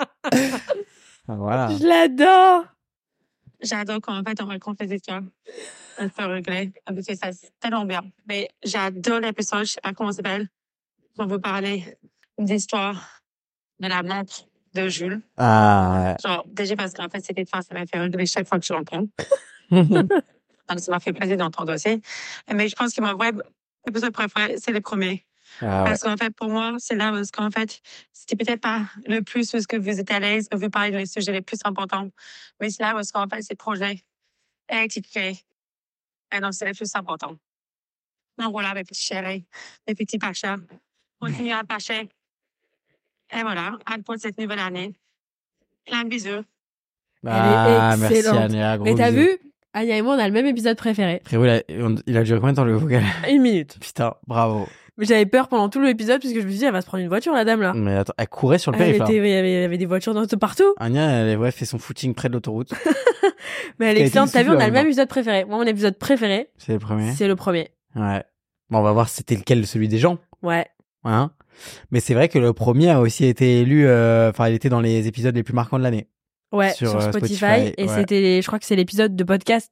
[SPEAKER 2] Ah, Voilà.
[SPEAKER 1] Je l'adore.
[SPEAKER 3] J'adore quand en fait on raconte les histoires. Un peu réglé. Parce que ça, c'est tellement bien. Mais j'adore l'épisode, je sais pas comment ça s'appelle, quand vous parlez d'histoire de la montre de Jules.
[SPEAKER 2] Ah.
[SPEAKER 3] Genre, déjà parce qu'en fait, c'était fin, ça m'a fait rigoler chaque fois que je l'entends.
[SPEAKER 2] ouais.
[SPEAKER 3] Donc, ça m'a fait plaisir d'entendre aussi. Mais je pense que mon vrai épisode préféré, c'est les premiers.
[SPEAKER 2] Ah, ouais.
[SPEAKER 3] Parce qu'en fait, pour moi, c'est là parce qu'en fait, c'était peut-être pas le plus parce que vous êtes à l'aise, que vous parlez des sujets les plus importants, mais c'est là parce qu'en fait, c'est projet et qui crée. Et donc, c'est le plus important. Donc voilà, mes petits chéris, mes petits pachas, continuez à pacher. Et voilà, hâte pour cette nouvelle année. Plein de bisous.
[SPEAKER 2] Ah, merci
[SPEAKER 1] excellente.
[SPEAKER 2] Ania. gros
[SPEAKER 1] Mais t'as
[SPEAKER 2] bisous.
[SPEAKER 1] vu Aya et moi, on a le même épisode préféré.
[SPEAKER 2] Frérot, il a, on- il a duré combien de temps le vocal
[SPEAKER 1] Une minute.
[SPEAKER 2] Putain, bravo.
[SPEAKER 1] Mais j'avais peur pendant tout l'épisode parce que je me suis dit, elle va se prendre une voiture, la dame, là.
[SPEAKER 2] Mais attends, elle courait sur le
[SPEAKER 1] Ah. Elle
[SPEAKER 2] périph' là.
[SPEAKER 1] était- il, y avait, il y avait des voitures dans- partout.
[SPEAKER 2] Anya, elle ouais, fait son footing près de l'autoroute.
[SPEAKER 1] Mais elle
[SPEAKER 2] Parce qu'elle
[SPEAKER 1] est
[SPEAKER 2] était
[SPEAKER 1] excellente. T'as vu, on a le
[SPEAKER 2] insufflable.
[SPEAKER 1] même épisode préféré. Moi, mon épisode préféré,
[SPEAKER 2] C'est le premier.
[SPEAKER 1] c'est le premier.
[SPEAKER 2] Ouais. Bon, on va voir si c'était lequel, celui des gens.
[SPEAKER 1] Ouais.
[SPEAKER 2] Hein Mais c'est vrai que le premier a aussi été élu, euh, enfin, il était dans les épisodes les plus marquants de l'année.
[SPEAKER 1] Ouais,
[SPEAKER 2] Sur,
[SPEAKER 1] sur,
[SPEAKER 2] euh,
[SPEAKER 1] Spotify.
[SPEAKER 2] Spotify,
[SPEAKER 1] et
[SPEAKER 2] ouais.
[SPEAKER 1] c'était, je crois que c'est l'épisode de podcast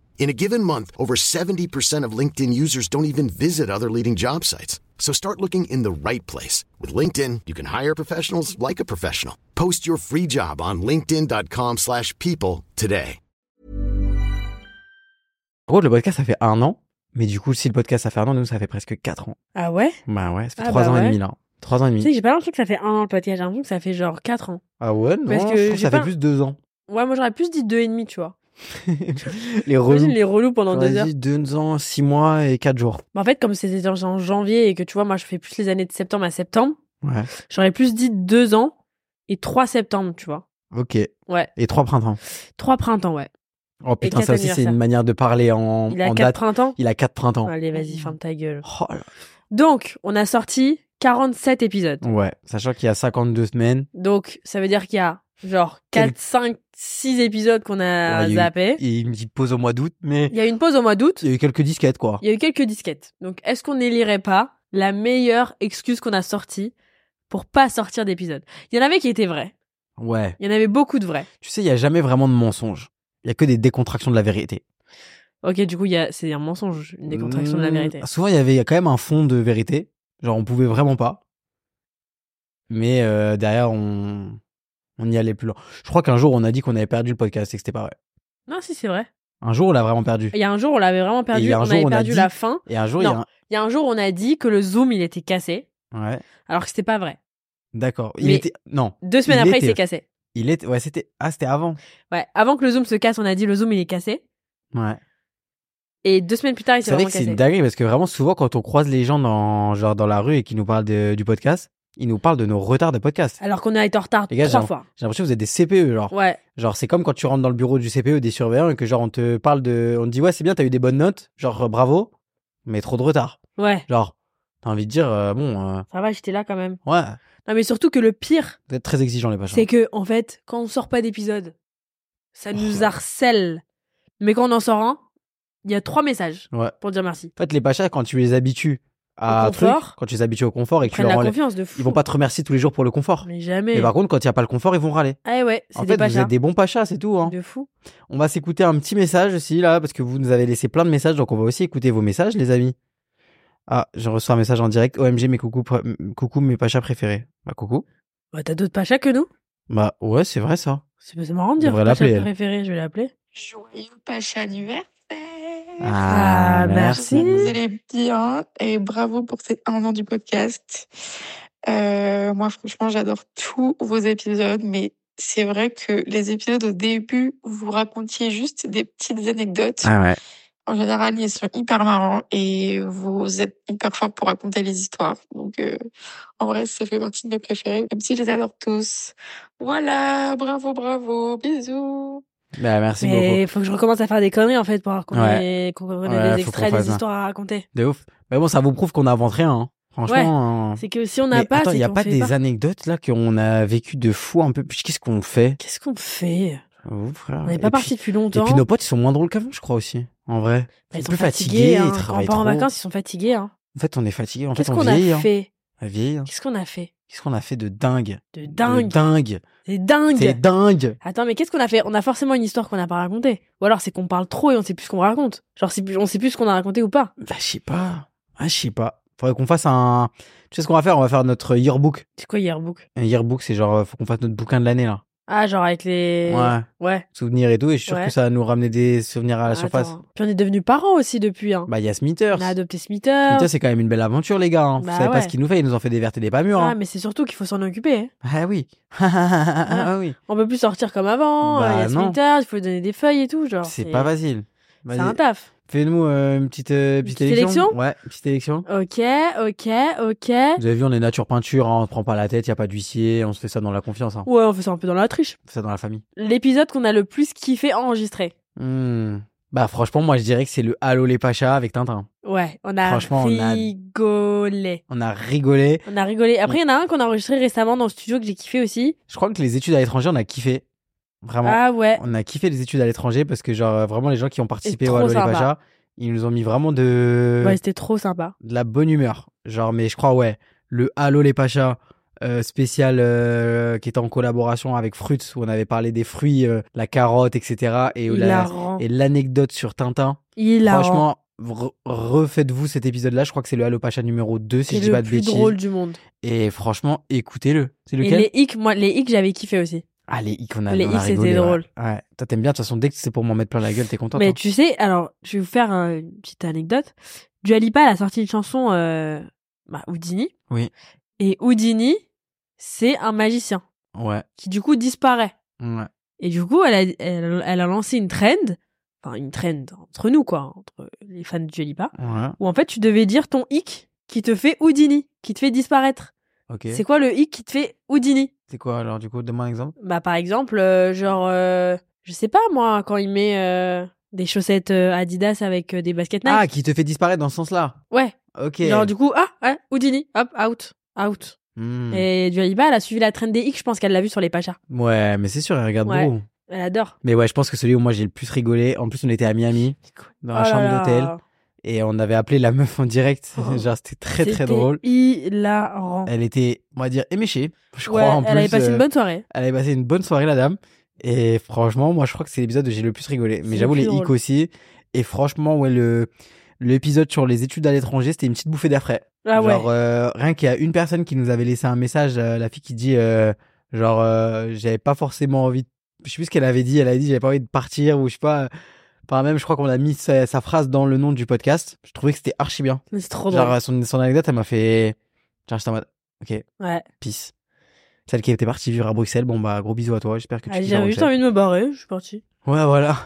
[SPEAKER 5] In a given month, over 70% of LinkedIn users don't even visit other leading job sites. So start looking in the right place. With LinkedIn, you can hire professionals like a professional. Post your free job on linkedin.com/people slash people today.
[SPEAKER 2] En gros, le podcast, ça fait un an. Mais du coup, si le podcast, ça fait un an, nous, ça fait presque quatre ans.
[SPEAKER 1] Ah ouais?
[SPEAKER 2] Bah ouais, ça fait
[SPEAKER 1] Ah
[SPEAKER 2] trois
[SPEAKER 1] bah
[SPEAKER 2] ans et
[SPEAKER 1] ouais.
[SPEAKER 2] demi, là. Trois ans et
[SPEAKER 1] Tu sais
[SPEAKER 2] demi.
[SPEAKER 1] que j'ai pas l'impression que ça fait un an le podcast. J'ai l'impression que ça fait genre quatre ans.
[SPEAKER 2] Ah ouais, non,
[SPEAKER 1] Parce que
[SPEAKER 2] je trouve
[SPEAKER 1] j'ai
[SPEAKER 2] ça fait
[SPEAKER 1] pas-
[SPEAKER 2] plus de deux ans.
[SPEAKER 1] Ouais, moi, j'aurais plus dit deux et demi, tu vois.
[SPEAKER 2] les
[SPEAKER 1] Imagine
[SPEAKER 2] relous.
[SPEAKER 1] les relous pendant
[SPEAKER 2] J'aurais
[SPEAKER 1] deux heures.
[SPEAKER 2] dit deux ans, six mois et quatre jours.
[SPEAKER 1] Bah, en fait, comme c'était genre en janvier et que tu vois, moi, je fais plus les années de septembre à septembre,
[SPEAKER 2] Ouais.
[SPEAKER 1] j'aurais plus dit deux ans et trois septembre, tu vois.
[SPEAKER 2] Ok.
[SPEAKER 1] Ouais.
[SPEAKER 2] Et trois printemps.
[SPEAKER 1] Trois printemps, ouais.
[SPEAKER 2] Oh putain,
[SPEAKER 1] quatre
[SPEAKER 2] ça aussi, c'est
[SPEAKER 1] anniversaires.
[SPEAKER 2] une manière de parler en,
[SPEAKER 1] Il a
[SPEAKER 2] en
[SPEAKER 1] quatre
[SPEAKER 2] date.
[SPEAKER 1] printemps.
[SPEAKER 2] Il a quatre printemps.
[SPEAKER 1] Allez, vas-y, ferme ta gueule.
[SPEAKER 2] Oh là
[SPEAKER 1] Donc, on a sorti 47 épisodes.
[SPEAKER 2] Ouais, sachant qu'il y a 52 semaines,
[SPEAKER 1] Donc, ça veut dire qu'il y a genre
[SPEAKER 2] Quel-
[SPEAKER 1] 4, 5, 6 épisodes qu'on a
[SPEAKER 2] Ouais, il y a eu-
[SPEAKER 1] zappé.
[SPEAKER 2] et une petite pause au mois d'août, mais
[SPEAKER 1] Il y a eu une pause au mois d'août.
[SPEAKER 2] il y a eu quelques disquettes, quoi.
[SPEAKER 1] Il y a eu quelques disquettes. Donc, est-ce qu'on n'élirait pas la meilleure excuse qu'on a sortie pour pas sortir d'épisode Il y en avait qui étaient vraies.
[SPEAKER 2] Ouais.
[SPEAKER 1] Il y en avait beaucoup de vraies.
[SPEAKER 2] Tu sais, il y a jamais vraiment de mensonge. Il y a que des décontractions de la vérité.
[SPEAKER 1] Ok, du coup, il y a... c'est un mensonge, une décontraction de la
[SPEAKER 2] Mmh,
[SPEAKER 1] vérité.
[SPEAKER 2] Souvent, il y avait quand même un fond de vérité. Genre, on pouvait vraiment pas. Mais euh, derrière, on... on y allait plus loin. Je crois qu'un jour, on a dit qu'on avait perdu le podcast et que c'était pas vrai.
[SPEAKER 1] Non, si, c'est vrai.
[SPEAKER 2] Un jour, on l'a vraiment perdu.
[SPEAKER 1] Il y a un jour, on l'avait vraiment
[SPEAKER 2] Et il
[SPEAKER 1] perdu.
[SPEAKER 2] y a un
[SPEAKER 1] on
[SPEAKER 2] jour,
[SPEAKER 1] avait
[SPEAKER 2] on a
[SPEAKER 1] perdu
[SPEAKER 2] dit-
[SPEAKER 1] la fin.
[SPEAKER 2] Et un jour, il y a
[SPEAKER 1] Non. Ah, Il y a un jour, on a dit que le zoom, il était cassé,
[SPEAKER 2] un... Ouais,
[SPEAKER 1] alors que c'était pas vrai.
[SPEAKER 2] d'accord. Il
[SPEAKER 1] Mais-
[SPEAKER 2] était... Non,
[SPEAKER 1] Deux semaines
[SPEAKER 2] Il
[SPEAKER 1] après,
[SPEAKER 2] était-
[SPEAKER 1] il s'est cassé.
[SPEAKER 2] il était... Ouais, c'était... Ah, c'était avant.
[SPEAKER 1] Ouais. Avant que le zoom se casse, on a dit le zoom, il est cassé.
[SPEAKER 2] Ouais.
[SPEAKER 1] Et deux semaines plus tard, il s'est
[SPEAKER 2] C'est vrai
[SPEAKER 1] vraiment
[SPEAKER 2] que c'est
[SPEAKER 1] cassé.
[SPEAKER 2] une dinguerie parce que vraiment souvent quand on croise les gens dans genre dans la rue et qu'ils nous parlent de- du podcast, ils nous parlent de nos retards de podcast.
[SPEAKER 1] Alors qu'on a été en retard
[SPEAKER 2] Les gars,
[SPEAKER 1] trois
[SPEAKER 2] j'ai-
[SPEAKER 1] fois.
[SPEAKER 2] J'ai l'impression que vous êtes des CPE genre.
[SPEAKER 1] Ouais.
[SPEAKER 2] Genre c'est comme quand tu rentres dans le bureau du CPE des surveillants et que genre on te parle de on te dit ouais c'est bien t'as eu des bonnes notes genre euh, bravo mais trop de retard.
[SPEAKER 1] Ouais.
[SPEAKER 2] Genre t'as envie de dire euh, bon euh,
[SPEAKER 1] Ça va, j'étais là quand même.
[SPEAKER 2] ouais
[SPEAKER 1] Non, mais surtout que le pire,
[SPEAKER 2] vous êtes très exigeant les pachas.
[SPEAKER 1] c'est que, en fait, quand on sort pas d'épisode,
[SPEAKER 2] Oh
[SPEAKER 1] ça nous harcèle. Mais quand on en sort un, il y a trois messages
[SPEAKER 2] Ouais. En
[SPEAKER 1] pour dire merci.
[SPEAKER 2] fait les pachas quand tu les habitues à
[SPEAKER 1] Au
[SPEAKER 2] un truc,
[SPEAKER 1] confort.
[SPEAKER 2] quand tu les habitues au confort et que tu
[SPEAKER 1] Prennent la
[SPEAKER 2] leur enlèves,
[SPEAKER 1] confiance de fou.
[SPEAKER 2] ils vont pas te remercier tous les jours pour le confort.
[SPEAKER 1] Mais jamais.
[SPEAKER 2] Mais par contre quand il y a pas le confort ils vont râler.
[SPEAKER 1] Ah ouais, c'est
[SPEAKER 2] En
[SPEAKER 1] des
[SPEAKER 2] fait vous
[SPEAKER 1] pachas.
[SPEAKER 2] êtes des bons pachas c'est tout hein.
[SPEAKER 1] De fou.
[SPEAKER 2] On va s'écouter un petit message aussi, là, parce que vous nous avez laissé plein de messages, donc on va aussi écouter vos messages, les amis. Ah, je reçois un message en direct. OMG, mes coucou, pr- m- coucou mes pachas préférés. Bah, coucou.
[SPEAKER 1] Bah, t'as d'autres pachas que nous.
[SPEAKER 2] Bah, ouais, c'est vrai, ça.
[SPEAKER 1] C'est c'est marrant de dire
[SPEAKER 2] Devrait
[SPEAKER 1] pacha
[SPEAKER 2] l'appeler, elle.
[SPEAKER 1] préféré, je vais l'appeler.
[SPEAKER 3] Joyeux Pacha anniversaire
[SPEAKER 1] Ah, merci.
[SPEAKER 3] Vous allez bien hein, et bravo pour ces un an du podcast. Euh, moi, franchement, j'adore tous vos épisodes, mais c'est vrai que les épisodes au début, vous racontiez juste des petites anecdotes.
[SPEAKER 2] Ah ouais.
[SPEAKER 3] En général, ils sont hyper marrants et vous êtes hyper forts pour raconter les histoires. Donc, euh, en vrai, ça fait partie de mes préférés, même si je les adore tous. Voilà, bravo, bravo, bisous.
[SPEAKER 2] Bah, merci
[SPEAKER 1] Mais
[SPEAKER 2] beaucoup.
[SPEAKER 1] faut que je recommence à faire des conneries en fait pour raconter qu'on connaît
[SPEAKER 2] Ouais, faut
[SPEAKER 1] des
[SPEAKER 2] qu'on
[SPEAKER 1] extraits,
[SPEAKER 2] fasse
[SPEAKER 1] des
[SPEAKER 2] ça.
[SPEAKER 1] histoires à raconter.
[SPEAKER 2] De ouf. Mais bon, ça vous prouve qu'on invente rien, hein. Franchement. hein.
[SPEAKER 1] C'est que si on n'a
[SPEAKER 2] Mais
[SPEAKER 1] pas,
[SPEAKER 2] attends,
[SPEAKER 1] c'est
[SPEAKER 2] il y a
[SPEAKER 1] qu'on
[SPEAKER 2] pas
[SPEAKER 1] fait
[SPEAKER 2] des anecdotes, là, qu'on a vécu de fou un peu. Puis, Qu'est-ce qu'on fait?
[SPEAKER 1] Qu'est-ce qu'on fait hein
[SPEAKER 2] Ouf, frère.
[SPEAKER 1] On n'est
[SPEAKER 2] Ah, Et
[SPEAKER 1] pas
[SPEAKER 2] puis-
[SPEAKER 1] parti depuis
[SPEAKER 2] Et
[SPEAKER 1] longtemps.
[SPEAKER 2] puis, nos potes, ils sont moins drôles qu'avant, je crois aussi. En vrai.
[SPEAKER 1] Bah, ils sont
[SPEAKER 2] plus
[SPEAKER 1] fatigués. hein.
[SPEAKER 2] ils
[SPEAKER 1] Quand on
[SPEAKER 2] travaillent
[SPEAKER 1] part en
[SPEAKER 2] trop.
[SPEAKER 1] vacances, ils sont fatigués. hein.
[SPEAKER 2] En fait, on est fatigué. En fait,
[SPEAKER 1] Qu'est-ce
[SPEAKER 2] on
[SPEAKER 1] qu'on a
[SPEAKER 2] vieillit. hein.
[SPEAKER 1] fait
[SPEAKER 2] On vieillit, hein.
[SPEAKER 1] Qu'est-ce qu'on a fait
[SPEAKER 2] Qu'est-ce qu'on a fait de dingue
[SPEAKER 1] De
[SPEAKER 2] De
[SPEAKER 1] dingue.
[SPEAKER 2] dingue
[SPEAKER 1] C'est dingue.
[SPEAKER 2] C'est dingue
[SPEAKER 1] Attends, mais qu'est-ce qu'on a fait On a forcément une histoire qu'on n'a pas racontée. Ou alors c'est qu'on parle trop et on sait plus ce qu'on raconte. Genre c'est plus- on sait plus ce qu'on a raconté ou pas.
[SPEAKER 2] Bah, je sais pas. Ah, je sais pas. Faudrait qu'on fasse un. Tu sais ce qu'on va faire On va faire notre yearbook.
[SPEAKER 1] C'est quoi yearbook
[SPEAKER 2] Un yearbook, c'est genre, euh, faut qu'on fasse notre bouquin de l'année, là.
[SPEAKER 1] Ah, genre avec les.
[SPEAKER 2] Ouais.
[SPEAKER 1] Ouais.
[SPEAKER 2] souvenirs et tout. Et je suis sûr
[SPEAKER 1] Ouais. Bah,
[SPEAKER 2] que ça va nous ramener des souvenirs à la
[SPEAKER 1] Attends.
[SPEAKER 2] surface.
[SPEAKER 1] Puis on est devenus parents aussi depuis. Hein.
[SPEAKER 2] Bah, il y a
[SPEAKER 1] on
[SPEAKER 2] Smithers.
[SPEAKER 1] a adopté Smithers.
[SPEAKER 2] Smithers, c'est quand même une belle aventure, les gars. hein.
[SPEAKER 1] Bah
[SPEAKER 2] Vous savez pas
[SPEAKER 1] ouais.
[SPEAKER 2] ce qu'ils nous fait. Ils nous ont fait des vertes et des pas mûres.
[SPEAKER 1] Ah,
[SPEAKER 2] hein.
[SPEAKER 1] mais c'est surtout qu'il faut s'en occuper. hein.
[SPEAKER 2] Ah oui. ah oui.
[SPEAKER 1] On peut plus sortir comme avant.
[SPEAKER 2] Bah,
[SPEAKER 1] euh, Il y a
[SPEAKER 2] non.
[SPEAKER 1] Smithers, il faut donner des feuilles et tout. Genre,
[SPEAKER 2] C'est pas facile.
[SPEAKER 1] C'est
[SPEAKER 2] Vas-y,
[SPEAKER 1] un taf.
[SPEAKER 2] Fais-nous euh, une petite, euh, petite,
[SPEAKER 1] petite élection
[SPEAKER 2] Ouais, petite élection.
[SPEAKER 1] Ok, ok, ok.
[SPEAKER 2] Vous avez vu, on est nature peinture, hein, on se prend pas la tête, y a pas d'huissier, on se fait ça dans la confiance, hein.
[SPEAKER 1] Ouais, on fait ça un peu dans la triche.
[SPEAKER 2] on fait ça dans la famille.
[SPEAKER 1] L'épisode qu'on a le plus kiffé enregistré.
[SPEAKER 2] Hmm. Bah franchement, moi je dirais que c'est le Allô les Pachas avec Tintin.
[SPEAKER 1] Ouais, on a
[SPEAKER 2] Franchement, on a-
[SPEAKER 1] rigolé.
[SPEAKER 2] On a rigolé.
[SPEAKER 1] On a rigolé. Après, il y en a un qu'on a enregistré récemment dans le studio que j'ai kiffé aussi.
[SPEAKER 2] Je crois que les études à l'étranger, on a kiffé. Vraiment.
[SPEAKER 1] Ah ouais.
[SPEAKER 2] On a kiffé les études à l'étranger parce que genre euh, vraiment les gens qui ont participé au
[SPEAKER 1] trop
[SPEAKER 2] Allô les
[SPEAKER 1] sympa.
[SPEAKER 2] Pachas, ils nous ont mis vraiment de...
[SPEAKER 1] Ouais, c'était trop sympa.
[SPEAKER 2] de la bonne humeur. Genre, mais je crois, ouais, le Halo les Pachas euh, spécial euh, qui était en collaboration avec Fruits, où on avait parlé des fruits, euh, la carotte, etc. Et où
[SPEAKER 1] Il
[SPEAKER 2] la-
[SPEAKER 1] la rend.
[SPEAKER 2] et l'anecdote sur Tintin.
[SPEAKER 1] Il la rend.
[SPEAKER 2] Franchement, re- refaites-vous cet épisode-là. Je crois que c'est le Halo Pacha numéro 2, si
[SPEAKER 1] C'est
[SPEAKER 2] je dis
[SPEAKER 1] le
[SPEAKER 2] pas de
[SPEAKER 1] plus
[SPEAKER 2] bêtises.
[SPEAKER 1] drôle du monde.
[SPEAKER 2] Et franchement, écoutez-le. C'est
[SPEAKER 1] Et
[SPEAKER 2] lequel
[SPEAKER 1] les hicks, moi, les hicks, j'avais kiffé aussi.
[SPEAKER 2] Ah, les hic, on a,
[SPEAKER 1] les
[SPEAKER 2] on a
[SPEAKER 1] hic, c'était
[SPEAKER 2] rigolé, ouais.
[SPEAKER 1] drôle.
[SPEAKER 2] Ouais. Toi, t'aimes bien. De toute façon, dès que c'est pour m'en mettre plein la gueule, t'es content.
[SPEAKER 1] Mais
[SPEAKER 2] toi.
[SPEAKER 1] tu sais, alors, je vais vous faire euh, une petite anecdote. Dua Lipa, elle a sorti une chanson, euh, bah, Houdini.
[SPEAKER 2] Oui.
[SPEAKER 1] Et Houdini, c'est un magicien
[SPEAKER 2] Ouais.
[SPEAKER 1] qui, du coup, disparaît.
[SPEAKER 2] ouais.
[SPEAKER 1] Et du coup, elle a, elle, elle a lancé une trend, enfin, une trend entre nous, quoi, entre les fans de Dua Lipa,
[SPEAKER 2] Ouais.
[SPEAKER 1] où en fait, tu devais dire ton hic qui te fait Houdini, qui te fait disparaître.
[SPEAKER 2] Ok.
[SPEAKER 1] C'est quoi le hic qui te fait Houdini
[SPEAKER 2] C'est quoi alors, du coup Donne-moi un exemple.
[SPEAKER 1] Bah par exemple, euh, genre, euh, je sais pas moi, quand il met euh, des chaussettes euh, Adidas avec euh, des baskets Nike.
[SPEAKER 2] Ah, qui te fait disparaître dans ce sens-là.
[SPEAKER 1] ouais.
[SPEAKER 2] Ah, Ok.
[SPEAKER 1] Genre du coup, ah, ah, Houdini, hop, out, out.
[SPEAKER 2] Hmm.
[SPEAKER 1] Et Dua Lipa, elle a suivi la traîne des X, je pense qu'elle l'a vu sur les Pachas.
[SPEAKER 2] Ouais, mais c'est sûr, elle regarde
[SPEAKER 1] Ouais.
[SPEAKER 2] beaucoup.
[SPEAKER 1] Elle adore.
[SPEAKER 2] Mais ouais, je pense que celui où moi j'ai le plus rigolé. En plus, on était à Miami, dans la
[SPEAKER 1] Oh là
[SPEAKER 2] chambre
[SPEAKER 1] là.
[SPEAKER 2] d'hôtel, et on avait appelé la meuf en direct.
[SPEAKER 1] Oh.
[SPEAKER 2] Genre, c'était très très
[SPEAKER 1] C'était
[SPEAKER 2] drôle.
[SPEAKER 1] Hilarant.
[SPEAKER 2] Elle était, on va dire, éméchée, je
[SPEAKER 1] Ouais,
[SPEAKER 2] crois. en
[SPEAKER 1] elle avait
[SPEAKER 2] plus,
[SPEAKER 1] passé
[SPEAKER 2] euh,
[SPEAKER 1] une bonne soirée.
[SPEAKER 2] elle avait passé une bonne soirée, la dame. Et franchement, moi, je crois que c'est l'épisode où j'ai le plus rigolé.
[SPEAKER 1] C'est
[SPEAKER 2] Mais
[SPEAKER 1] le
[SPEAKER 2] j'avoue,
[SPEAKER 1] plus
[SPEAKER 2] les hic
[SPEAKER 1] drôle.
[SPEAKER 2] aussi. Et franchement, ouais, le l'épisode sur les études à l'étranger, c'était une petite bouffée d'air frais.
[SPEAKER 1] Ah ouais.
[SPEAKER 2] Genre, euh, rien qu'il y a une personne qui nous avait laissé un message, euh, la fille qui dit, euh, genre, euh, j'avais pas forcément envie, de... je sais plus ce qu'elle avait dit, elle avait dit, j'avais pas envie de partir, ou je sais pas. Par même, je crois qu'on a mis sa, sa phrase dans le nom du podcast. Je trouvais que c'était archi bien.
[SPEAKER 1] Mais C'est trop drôle.
[SPEAKER 2] Genre, son, son anecdote, elle m'a fait. Genre, j'étais en mode, ok,
[SPEAKER 1] Ouais.
[SPEAKER 2] peace. Celle qui était partie vivre à Bruxelles, bon bah, gros bisous à toi, j'espère que tu
[SPEAKER 1] Ah,
[SPEAKER 2] kiffes
[SPEAKER 1] J'avais
[SPEAKER 2] à
[SPEAKER 1] juste
[SPEAKER 2] Bruxelles.
[SPEAKER 1] envie de me barrer, je suis partie.
[SPEAKER 2] Ouais, voilà.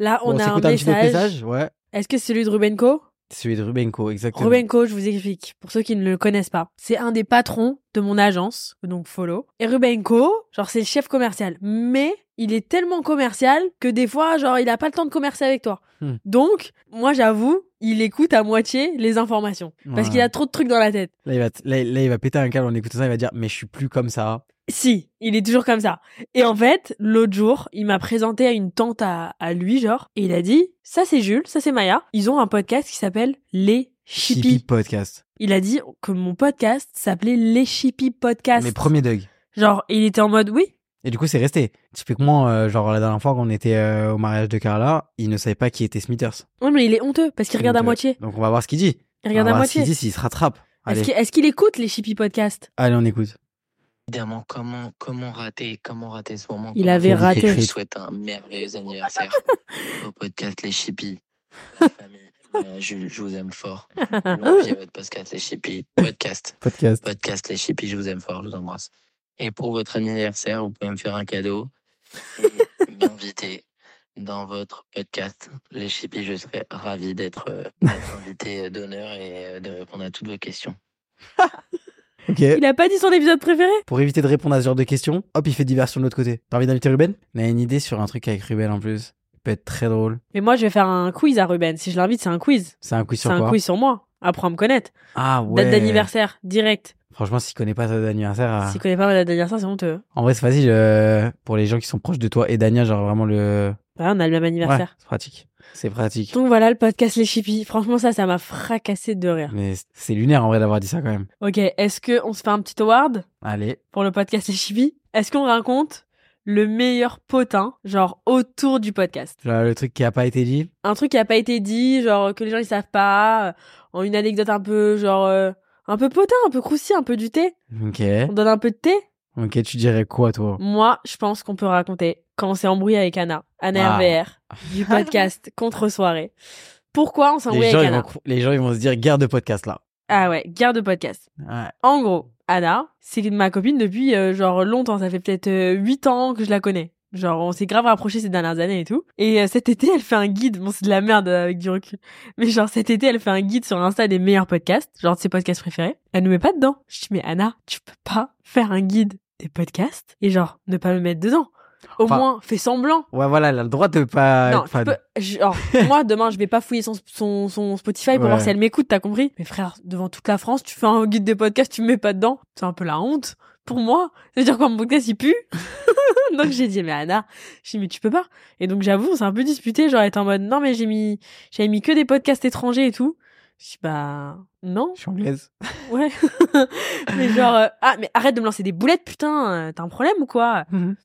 [SPEAKER 1] Là, on
[SPEAKER 2] Bon,
[SPEAKER 1] a un
[SPEAKER 2] s'écoute petit peu de
[SPEAKER 1] message.
[SPEAKER 2] Ouais.
[SPEAKER 1] Est-ce que c'est celui de Rubenko
[SPEAKER 2] C'est celui de Rubenko, exactement.
[SPEAKER 1] Rubenko, je vous explique, pour ceux qui ne le connaissent pas. C'est un des patrons de mon agence, donc Follow. Et Rubenko, genre, c'est le chef commercial. Mais il est tellement commercial que des fois, genre, il a pas le temps de commercer avec toi.
[SPEAKER 2] Hmm.
[SPEAKER 1] Donc, moi, j'avoue, il écoute à moitié les informations. Parce
[SPEAKER 2] Ouais.
[SPEAKER 1] qu'il a trop de trucs dans la tête.
[SPEAKER 2] Là, il va, t- là, là, il va péter un câble en écoutant ça, il va dire, mais je suis plus comme ça.
[SPEAKER 1] Si, il est toujours comme ça. Et en fait, l'autre jour, il m'a présenté à une tante à, à lui, genre, et il a dit, ça c'est Jules, ça c'est Maya. Ils ont un podcast qui s'appelle Les Chippies.
[SPEAKER 2] Chippy podcast.
[SPEAKER 1] Il a dit que mon podcast s'appelait Les Chippy Podcast.
[SPEAKER 2] Mes premiers Doug.
[SPEAKER 1] Genre, il était en mode oui.
[SPEAKER 2] Et du coup, c'est resté. Typiquement, euh, genre la dernière fois qu'on était euh, au mariage de Carla, il ne savait pas qui était Smithers.
[SPEAKER 1] Oui, mais il est honteux parce qu'il regarde à
[SPEAKER 2] Donc, euh,
[SPEAKER 1] moitié.
[SPEAKER 2] Donc on va voir ce qu'il dit.
[SPEAKER 1] Il regarde
[SPEAKER 2] on
[SPEAKER 1] à
[SPEAKER 2] va voir ce
[SPEAKER 1] moitié.
[SPEAKER 2] qu'il dit s'il se rattrape. Allez,
[SPEAKER 1] Est-ce qu'il est-ce qu'il écoute les Chippy Podcast
[SPEAKER 2] allez, on écoute.
[SPEAKER 6] Évidemment, comment, comment rater, comment rater ce moment
[SPEAKER 1] Il
[SPEAKER 6] comment
[SPEAKER 1] avait
[SPEAKER 6] rater-
[SPEAKER 1] raté.
[SPEAKER 6] Je souhaite un merveilleux anniversaire au podcast Les Chippies. La famille, euh, Jules, je vous aime fort. Longue vie à votre podcast Les Chippies. Podcast,
[SPEAKER 2] Podcast.
[SPEAKER 6] podcast Les Chippies, je vous aime fort, je vous embrasse. Et pour votre anniversaire, vous pouvez me faire un cadeau et m'inviter dans votre podcast Les Chippies. Je serai ravi d'être euh, d'être invité d'honneur et euh, de répondre à toutes vos questions.
[SPEAKER 2] Ok.
[SPEAKER 1] Il a pas dit son épisode préféré
[SPEAKER 2] Pour éviter de répondre à ce genre de questions, hop, il fait diversion de l'autre côté. T'as envie d'inviter Ruben On a une idée sur un truc avec Ruben en plus. Ça peut être très drôle.
[SPEAKER 1] Mais moi, je vais faire un quiz à Ruben. Si je l'invite, c'est un quiz.
[SPEAKER 2] C'est un quiz
[SPEAKER 1] C'est
[SPEAKER 2] sur quoi
[SPEAKER 1] un quiz sur moi. Apprends à me connaître.
[SPEAKER 2] Ah ouais.
[SPEAKER 1] Date d'anniversaire, direct.
[SPEAKER 2] Franchement, s'il connaît pas ta date d'anniversaire, euh,
[SPEAKER 1] S'il connaît pas ma date d'anniversaire, c'est honteux.
[SPEAKER 2] en vrai, c'est facile euh, pour les gens qui sont proches de toi et Dania, genre vraiment le.
[SPEAKER 1] Bah, on a le même
[SPEAKER 2] Ouais,
[SPEAKER 1] anniversaire.
[SPEAKER 2] c'est pratique. C'est pratique.
[SPEAKER 1] Donc voilà le podcast Les Chippies. Franchement, ça, ça m'a fracassé de rire.
[SPEAKER 2] Mais c- c'est lunaire en vrai d'avoir dit ça quand même.
[SPEAKER 1] Ok, est-ce que on se fait un petit award
[SPEAKER 2] Allez.
[SPEAKER 1] pour le podcast Les Chippies Est-ce qu'on raconte le meilleur potin, genre autour du podcast
[SPEAKER 2] Genre, le truc qui a pas été dit.
[SPEAKER 1] un truc qui a pas été dit, genre que les gens ils savent pas, euh, en une anecdote un peu genre euh, un peu potin, un peu croustillant, un peu du thé.
[SPEAKER 2] Ok.
[SPEAKER 1] On donne un peu de thé.
[SPEAKER 2] Ok, tu dirais quoi, toi
[SPEAKER 1] Moi, je pense qu'on peut raconter quand on s'est embrouillé avec Anna, Anna
[SPEAKER 2] Ah.
[SPEAKER 1] RVR, du podcast Contre Soirée. Pourquoi on s'est embrouillé
[SPEAKER 2] les gens,
[SPEAKER 1] avec
[SPEAKER 2] ils
[SPEAKER 1] Anna
[SPEAKER 2] vont, cro- les gens, ils vont se dire guerre de podcast là.
[SPEAKER 1] Ah ouais, guerre de podcast.
[SPEAKER 2] Ouais.
[SPEAKER 1] En gros, Anna, c'est ma copine depuis euh, genre longtemps, ça fait peut-être 8 ans que je la connais. Genre, on s'est grave rapprochés ces dernières années et tout. Et euh, cet été, elle fait un guide. Bon, c'est de la merde euh, avec du recul. Mais genre, cet été, elle fait un guide sur Insta des meilleurs podcasts, genre de ses podcasts préférés. Elle nous met pas dedans. Je dis, mais Anna, tu peux pas faire un guide des podcasts et genre, ne pas me mettre dedans. Au
[SPEAKER 2] Enfin-
[SPEAKER 1] moins, fais semblant.
[SPEAKER 2] Ouais, voilà, elle a le droit de pas
[SPEAKER 1] Non,
[SPEAKER 2] être
[SPEAKER 1] tu
[SPEAKER 2] fan.
[SPEAKER 1] peux- genre, moi, demain, je vais pas fouiller son, son, son Spotify pour
[SPEAKER 2] Ouais.
[SPEAKER 1] voir si elle m'écoute, t'as compris Mais frère, devant toute la France, tu fais un guide des podcasts, tu me mets pas dedans. C'est un peu la honte pour moi. C'est-à-dire quoi, mon podcast, il pue Donc j'ai dit, mais Anna, j'ai dit, mais tu peux pas. Et donc j'avoue, on s'est un peu disputé, genre, elle était en mode, non, mais j'ai mis, j'avais mis que des podcasts étrangers et tout. Je dis, bah, non,
[SPEAKER 2] Je suis anglaise.
[SPEAKER 1] ouais. mais genre, euh, ah, mais arrête de me lancer des boulettes, putain, euh, t'as un problème ou quoi
[SPEAKER 2] Mhm.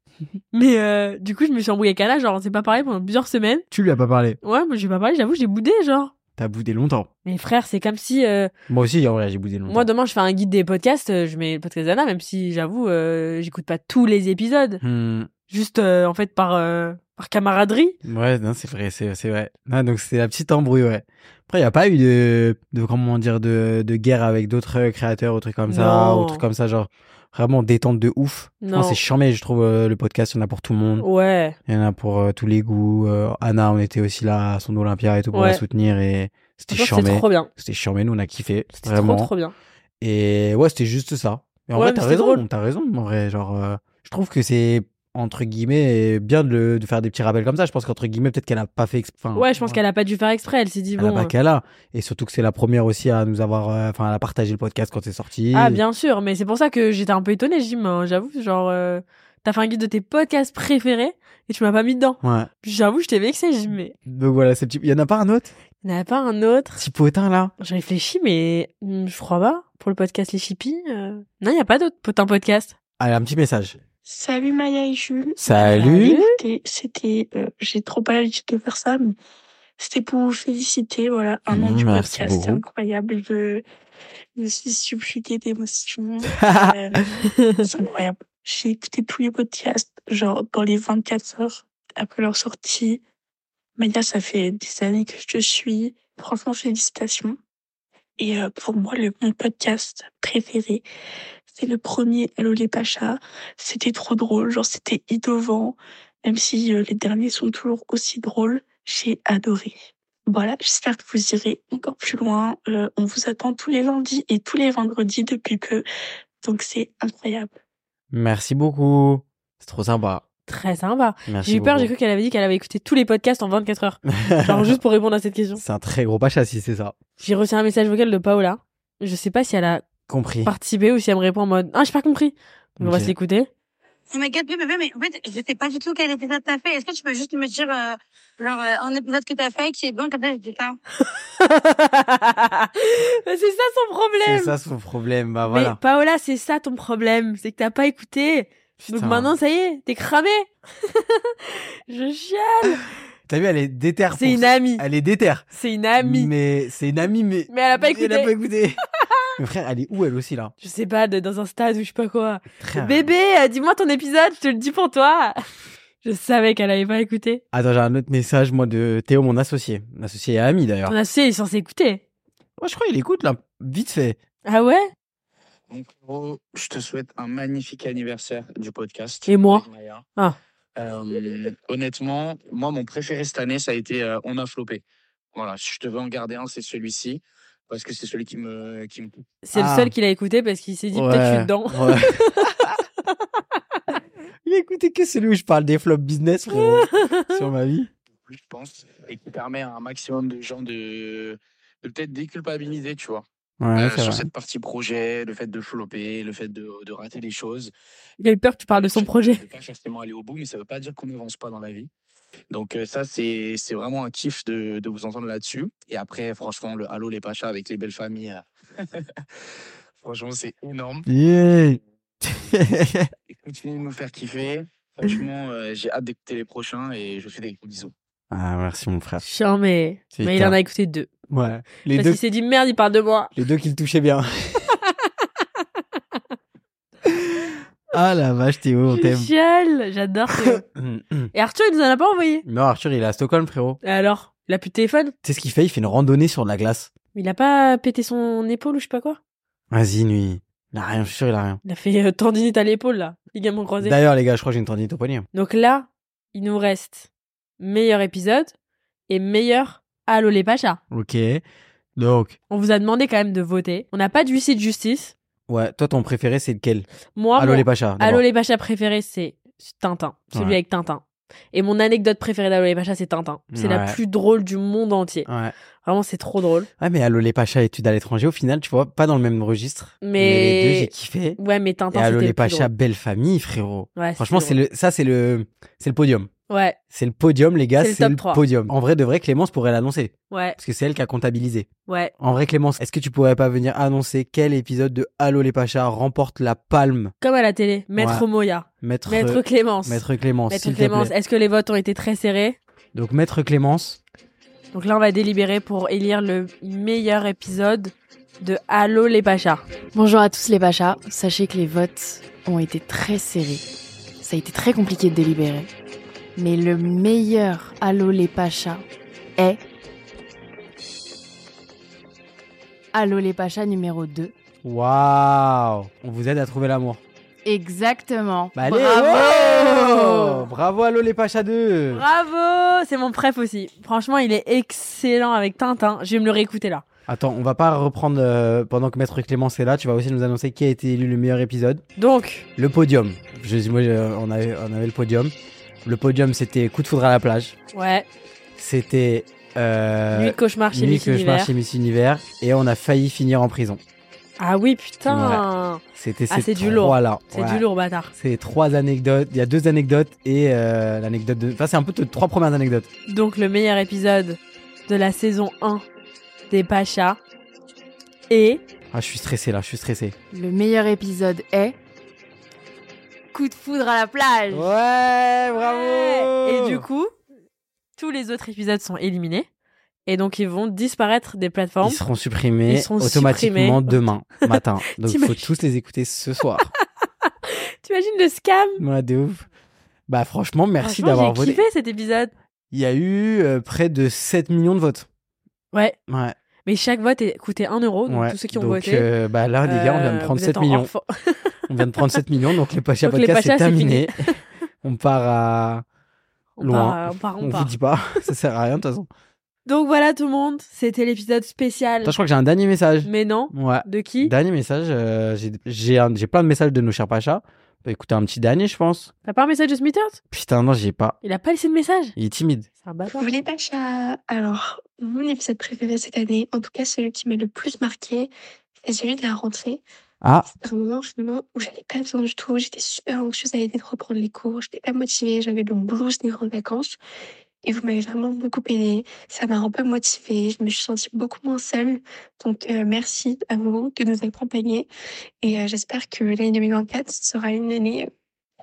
[SPEAKER 1] Mais euh, du coup, je me suis embrouillée avec Anna, genre, on s'est pas parlé pendant plusieurs semaines.
[SPEAKER 2] Tu lui as pas parlé.
[SPEAKER 1] Ouais, moi j'ai pas parlé, j'avoue, j'ai boudé, genre.
[SPEAKER 2] T'as boudé longtemps.
[SPEAKER 1] Mais frère, c'est comme si euh,
[SPEAKER 2] Moi aussi, en vrai, j'ai boudé longtemps.
[SPEAKER 1] moi demain je fais un guide des podcasts, euh, je mets le podcast d'Anna, même si j'avoue, euh, j'écoute pas tous les épisodes.
[SPEAKER 2] Hmm.
[SPEAKER 1] Juste euh, en fait par, euh, par camaraderie.
[SPEAKER 2] Ouais, non, c'est vrai, c'est c'est vrai. Ah, donc c'est la petite embrouille, ouais. Après, il n'y a pas eu de, de comment dire, de, de guerre avec d'autres euh, créateurs ou trucs comme ça,
[SPEAKER 1] Non.
[SPEAKER 2] ou trucs comme ça, genre vraiment détente de ouf.
[SPEAKER 1] Non.
[SPEAKER 2] Franchement, C'est charmé, je trouve, euh, le podcast, il y en a pour tout le monde.
[SPEAKER 1] Ouais.
[SPEAKER 2] Il y en a pour euh, tous les goûts. Euh, Anna, on était aussi là à son Olympia et tout pour
[SPEAKER 1] Ouais.
[SPEAKER 2] la soutenir et c'était
[SPEAKER 1] Franchement, C'était
[SPEAKER 2] charmé.
[SPEAKER 1] trop bien.
[SPEAKER 2] C'était charmé, nous on a kiffé.
[SPEAKER 1] C'était
[SPEAKER 2] Vraiment.
[SPEAKER 1] trop trop bien.
[SPEAKER 2] Et ouais, c'était juste ça. Et en
[SPEAKER 1] Ouais,
[SPEAKER 2] vrai,
[SPEAKER 1] mais
[SPEAKER 2] t'as
[SPEAKER 1] c'était
[SPEAKER 2] raison,
[SPEAKER 1] drôle.
[SPEAKER 2] t'as raison. En vrai, genre, euh, je trouve que c'est entre guillemets bien de, le- de faire des petits rappels comme ça. Je pense qu'entre guillemets, peut-être qu'elle a pas fait. exp- Enfin,
[SPEAKER 1] Ouais, je pense qu'elle a pas dû faire exprès, elle s'est dit
[SPEAKER 2] Mm. elle a
[SPEAKER 1] bon.
[SPEAKER 2] pas
[SPEAKER 1] euh,
[SPEAKER 2] qu'elle a. Et surtout que c'est la première aussi à nous avoir. euh, Enfin, elle a partagé le podcast quand c'est sorti.
[SPEAKER 1] Ah bien sûr, mais c'est pour ça que j'étais un peu étonnée, j'ai dit mais, euh, j'avoue, genre euh, t'as fait un guide de tes podcasts préférés et tu m'as pas mis dedans.
[SPEAKER 2] Ouais.
[SPEAKER 1] J'avoue, je t'ai vexée, j'ai dit mais
[SPEAKER 2] Donc voilà, c'est petit. Il y en a pas un autre
[SPEAKER 1] y'en a pas un autre
[SPEAKER 2] Petit potin là
[SPEAKER 1] Je réfléchis, mais hmm, je crois pas. Pour le podcast Les Chippies, euh, non, il n'y a pas d'autre potin podcast.
[SPEAKER 2] Allez, un petit message.
[SPEAKER 3] Salut Maya et Jules. Euh,
[SPEAKER 2] Salut.
[SPEAKER 3] C'était, c'était, euh, j'ai trop pas l'habitude de faire ça, mais c'était pour vous féliciter, voilà, un an du
[SPEAKER 2] Mm, Merci
[SPEAKER 3] podcast, c'est
[SPEAKER 2] beaucoup.
[SPEAKER 3] incroyable. Je, je suis subjuguée d'émotions. Euh, c'est incroyable. J'ai écouté tous les podcasts, genre dans les 24 heures après leur sortie. Maya, ça fait des années que je te suis. Franchement, félicitations. Et euh, pour moi, le, mon podcast préféré, c'est le premier Allo les Pachas. C'était trop drôle, genre c'était innovant, même si euh, les derniers sont toujours aussi drôles. J'ai adoré. Voilà, j'espère que vous irez encore plus loin. Euh, on vous attend tous les lundis et tous les vendredis depuis peu. Donc c'est incroyable.
[SPEAKER 2] Merci beaucoup. C'est trop sympa.
[SPEAKER 1] Très sympa.
[SPEAKER 2] Merci
[SPEAKER 1] J'ai eu peur, j'ai
[SPEAKER 2] beaucoup.
[SPEAKER 1] cru qu'elle avait dit qu'elle avait écouté tous les podcasts en 24 heures. Genre juste pour répondre à cette question.
[SPEAKER 2] C'est un très gros pacha si c'est ça.
[SPEAKER 1] J'ai reçu un message vocal de Paola. Je sais pas si elle a
[SPEAKER 2] Compris.
[SPEAKER 1] participé ou si elle me répond en mode Ah, j'ai pas compris. Donc On va
[SPEAKER 2] Ok.
[SPEAKER 1] se l'écouter.
[SPEAKER 7] Oh my god, oui, bébé, mais en fait, je sais pas du tout quel épisode t'as fait. Est-ce que tu peux juste me dire, euh, genre, euh, un épisode que t'as fait qui est bon, comme ça, je dis ça.
[SPEAKER 1] c'est ça son
[SPEAKER 2] C'est
[SPEAKER 1] problème.
[SPEAKER 2] ça son problème. Bah
[SPEAKER 1] Mais
[SPEAKER 2] voilà.
[SPEAKER 1] Paola, c'est ça ton problème. C'est que t'as pas écouté.
[SPEAKER 2] Putain.
[SPEAKER 1] Donc maintenant, ça y est, t'es cramé. je chiale.
[SPEAKER 2] T'as vu, elle est déterre.
[SPEAKER 1] C'est
[SPEAKER 2] pour
[SPEAKER 1] une
[SPEAKER 2] ça.
[SPEAKER 1] amie.
[SPEAKER 2] Ah, Elle est déterre.
[SPEAKER 1] C'est une amie.
[SPEAKER 2] Mais c'est une amie, mais.
[SPEAKER 1] Mais elle a pas écouté.
[SPEAKER 2] Elle a pas écouté. mais frère, elle est où elle aussi là
[SPEAKER 1] Je sais pas, de- dans un stade ou je sais pas quoi.
[SPEAKER 2] Frère.
[SPEAKER 1] Bébé, euh, dis-moi ton épisode, je te le dis pour toi. je savais qu'elle avait pas écouté.
[SPEAKER 2] Attends, j'ai un autre message, moi, de Théo, mon associé. Mon associé et ami d'ailleurs.
[SPEAKER 1] Ton
[SPEAKER 2] Moi,
[SPEAKER 1] associé, il est censé écouter.
[SPEAKER 2] je crois qu'il écoute là, vite fait.
[SPEAKER 1] Ah ouais
[SPEAKER 6] Mon frérot, je te souhaite un magnifique anniversaire du podcast.
[SPEAKER 1] Et moi
[SPEAKER 6] avec Maya.
[SPEAKER 1] Ah.
[SPEAKER 6] Euh, honnêtement, moi, mon préféré cette année, ça a été euh, On a flopé. Voilà, si je devais en garder un, c'est celui-ci. Parce que c'est celui qui me. Qui me...
[SPEAKER 1] C'est
[SPEAKER 2] Ah.
[SPEAKER 1] le seul qui l'a écouté parce qu'il s'est dit peut-être je suis dedans.
[SPEAKER 2] Ouais. Il a écouté que celui où je parle des flops business, frérot, sur ma vie.
[SPEAKER 6] je pense, et qui permet à un maximum de gens de, de peut-être déculpabiliser, tu vois,
[SPEAKER 2] Ouais,
[SPEAKER 6] euh,
[SPEAKER 2] c'est
[SPEAKER 6] sur
[SPEAKER 2] vrai.
[SPEAKER 6] cette partie projet, le fait de flopper, le fait de, de rater les choses.
[SPEAKER 1] Il a eu peur que tu parles de son projet.
[SPEAKER 6] De pas forcément aller au bout, mais ça veut pas dire qu'on n'avance pas dans la vie. Donc euh, ça, c'est c'est vraiment un kiff de, de vous entendre là-dessus. Et après, franchement, le Halo les Pachas avec les belles familles, euh, franchement, c'est énorme.
[SPEAKER 2] Yeah.
[SPEAKER 6] Et continuez de nous faire kiffer. Franchement, euh, j'ai hâte d'écouter les prochains et je vous fais des gros bisous.
[SPEAKER 2] ah, merci, mon frère.
[SPEAKER 1] Chiant, mais...
[SPEAKER 2] C'est
[SPEAKER 1] mais il
[SPEAKER 2] tard.
[SPEAKER 1] en a écouté deux.
[SPEAKER 2] Ouais. Les
[SPEAKER 1] parce
[SPEAKER 2] deux,
[SPEAKER 1] qu'il s'est dit merde, il parle de moi.
[SPEAKER 2] les deux qui le touchaient bien. Ah la vache, Théo, on
[SPEAKER 1] Je
[SPEAKER 2] t'aime.
[SPEAKER 1] chiale, j'adore Théo. Et Arthur, il nous en a pas envoyé.
[SPEAKER 2] non, Arthur, il est à Stockholm, frérot.
[SPEAKER 1] Et alors, il a plus de téléphone.
[SPEAKER 2] Tu sais ce qu'il fait Il fait une randonnée sur de la glace.
[SPEAKER 1] Il a pas pété son épaule ou je sais pas quoi.
[SPEAKER 2] Vas-y, nuit. Il a rien, je suis sûr, il a rien.
[SPEAKER 1] Il a fait euh, tendinite à l'épaule là, ligament croisé.
[SPEAKER 2] D'ailleurs, les gars, je crois que j'ai une tendinite au poignet.
[SPEAKER 1] Donc là, il nous reste meilleur épisode et meilleur Allo les Pachas.
[SPEAKER 2] Ok. Donc,
[SPEAKER 1] On vous a demandé quand même de voter. On n'a pas de huissier de justice.
[SPEAKER 2] ouais, toi, ton préféré, c'est lequel
[SPEAKER 1] Moi,
[SPEAKER 2] Allô
[SPEAKER 1] mon-
[SPEAKER 2] les Pachas. d'abord.
[SPEAKER 1] Allo les Pachas préféré, c'est Tintin, celui
[SPEAKER 2] Ouais.
[SPEAKER 1] avec Tintin. Et mon anecdote préférée d'Allo les Pachas, c'est Tintin. C'est la
[SPEAKER 2] Ouais. Ah.
[SPEAKER 1] plus drôle du monde entier.
[SPEAKER 2] Ouais.
[SPEAKER 1] Vraiment, c'est trop drôle.
[SPEAKER 2] Ah, mais Allô les Pachas, études à l'étranger, au final, tu vois, pas dans le même registre.
[SPEAKER 1] Mais-
[SPEAKER 2] les deux, j'ai kiffé.
[SPEAKER 1] Ouais, mais
[SPEAKER 2] Et
[SPEAKER 1] Tintin,
[SPEAKER 2] Allô
[SPEAKER 1] c'était
[SPEAKER 2] les
[SPEAKER 1] le plus
[SPEAKER 2] Pachas,
[SPEAKER 1] drôle.
[SPEAKER 2] belle famille, frérot.
[SPEAKER 1] Ouais,
[SPEAKER 2] Franchement, c'est
[SPEAKER 1] drôle.
[SPEAKER 2] le, ça, c'est le, c'est le podium.
[SPEAKER 1] Ouais,
[SPEAKER 2] C'est le podium, les gars,
[SPEAKER 1] C'est le
[SPEAKER 2] c'est
[SPEAKER 1] top
[SPEAKER 2] le,
[SPEAKER 1] 3.
[SPEAKER 2] podium. En vrai, de vrai, Clémence pourrait l'annoncer.
[SPEAKER 1] ouais,
[SPEAKER 2] Parce que c'est elle qui a comptabilisé.
[SPEAKER 1] ouais.
[SPEAKER 2] En vrai, Clémence, est-ce que tu pourrais pas venir annoncer quel épisode de Allô les Pachas remporte la palme
[SPEAKER 1] Comme à la télé, Maître
[SPEAKER 2] Ouais.
[SPEAKER 1] Moya,
[SPEAKER 2] Maître,
[SPEAKER 1] Maître Clémence.
[SPEAKER 2] Maître Clémence,
[SPEAKER 1] Maître
[SPEAKER 2] s'il te
[SPEAKER 1] Clémence,
[SPEAKER 2] plaît.
[SPEAKER 1] est-ce que les votes ont été très serrés
[SPEAKER 2] Donc, Maître Clémence,
[SPEAKER 1] Donc là, on va délibérer pour élire le meilleur épisode de Allô les Pachas.
[SPEAKER 8] Bonjour à tous les Pachas. Sachez que les votes ont été très serrés. Ça a été très compliqué de délibérer. Mais le meilleur Allô les Pachas est. Allô les Pachas numéro 2.
[SPEAKER 2] waouh On vous aide à trouver l'amour.
[SPEAKER 8] Exactement.
[SPEAKER 2] Bah, allez,
[SPEAKER 8] Bravo
[SPEAKER 2] wow Bravo, Allô les Pachas 2
[SPEAKER 1] Bravo C'est mon préf aussi. Franchement, il est excellent avec Tintin. Je vais me le réécouter là.
[SPEAKER 2] Attends, on va pas reprendre euh, pendant que Maître Clémence est là. Tu vas aussi nous annoncer qui a été élu le meilleur épisode.
[SPEAKER 1] Donc,
[SPEAKER 2] Le podium. Je, moi, je- on, avait, on avait le podium. Le podium, c'était Coup de foudre à la plage.
[SPEAKER 1] ouais,
[SPEAKER 2] C'était. Euh,
[SPEAKER 1] Nuit de cauchemar chez
[SPEAKER 2] Nuit
[SPEAKER 1] Miss
[SPEAKER 2] que je
[SPEAKER 1] Univers.
[SPEAKER 2] marche chez Miss Univers. Et on a failli finir en prison.
[SPEAKER 1] Ah oui, putain
[SPEAKER 2] C'était
[SPEAKER 1] Ah,
[SPEAKER 2] ces
[SPEAKER 1] c'est du lourd.
[SPEAKER 2] là.
[SPEAKER 1] C'est du lourd, bâtard.
[SPEAKER 2] C'est trois anecdotes. Il y a deux anecdotes et euh, l'anecdote de. Enfin, c'est un peu tes trois premières anecdotes.
[SPEAKER 1] Donc, le meilleur épisode de la saison 1 des Pachas est...
[SPEAKER 2] Ah, je suis stressé là, je suis stressé.
[SPEAKER 8] Le meilleur épisode est. Coup de foudre à la plage
[SPEAKER 2] Ouais, bravo
[SPEAKER 1] Et du coup, tous les autres épisodes sont éliminés. Et donc, ils vont disparaître des plateformes.
[SPEAKER 2] Ils seront supprimés
[SPEAKER 1] Ils seront
[SPEAKER 2] automatiquement
[SPEAKER 1] supprimés.
[SPEAKER 2] demain matin. Donc, il faut
[SPEAKER 1] T'imagines
[SPEAKER 2] tous les écouter ce soir.
[SPEAKER 1] T'imagines le scam
[SPEAKER 2] Moi, de ouf. Bah, franchement, merci
[SPEAKER 1] Franchement,
[SPEAKER 2] d'avoir
[SPEAKER 1] J'ai
[SPEAKER 2] voté.
[SPEAKER 1] kiffé cet épisode.
[SPEAKER 2] Il y a eu euh, près de 7 millions de votes.
[SPEAKER 1] Ouais.
[SPEAKER 2] Ouais.
[SPEAKER 1] Mais chaque vote est- coûtait 1 euro. Oh, Donc,
[SPEAKER 2] ouais.
[SPEAKER 1] tous ceux qui ont
[SPEAKER 2] Donc,
[SPEAKER 1] voté...
[SPEAKER 2] euh, bah là, les gars, on vient de
[SPEAKER 1] euh,
[SPEAKER 2] prendre
[SPEAKER 1] vous êtes
[SPEAKER 2] 7
[SPEAKER 1] en
[SPEAKER 2] millions.
[SPEAKER 1] enfant.
[SPEAKER 2] On vient de prendre 7 millions, donc les Pacha
[SPEAKER 1] Donc, les
[SPEAKER 2] Podcast, c'est
[SPEAKER 1] Pachas, c'est
[SPEAKER 2] terminé. on part à.
[SPEAKER 1] On
[SPEAKER 2] Loin.
[SPEAKER 1] part, euh, on part, on
[SPEAKER 2] On vous
[SPEAKER 1] part.
[SPEAKER 2] dit pas, ça sert à rien de toute façon.
[SPEAKER 1] Donc voilà tout le monde, c'était l'épisode spécial.
[SPEAKER 2] Attends, je crois que j'ai un dernier message.
[SPEAKER 1] Mais non,
[SPEAKER 2] Ouais.
[SPEAKER 1] de qui
[SPEAKER 2] Dernier message, euh, j'ai- j'ai un- j'ai plein de messages de nos chers Pachas. On peut écouter un petit dernier, je pense.
[SPEAKER 1] T'as pas un message de Smithers
[SPEAKER 2] Putain, non, j'ai pas.
[SPEAKER 1] Il a pas laissé de message
[SPEAKER 2] Il est timide.
[SPEAKER 1] C'est un bâtard.
[SPEAKER 3] Vous les Pacha Alors, mon épisode préféré cette année, en tout cas celui qui m'a le plus marqué, c'est celui de la rentrée.
[SPEAKER 2] Ah,
[SPEAKER 3] C'était un moment vraiment où j'avais pas besoin du tout, j'étais super anxieuse à l'idée de reprendre les cours, j'étais pas motivée, j'avais le blues des grandes vacances. Et vous m'avez vraiment beaucoup aidée, ça m'a un peu motivée, je me suis sentie beaucoup moins seule. Donc euh, merci à vous de nous accompagner et euh, j'espère que l'année 2024 sera une année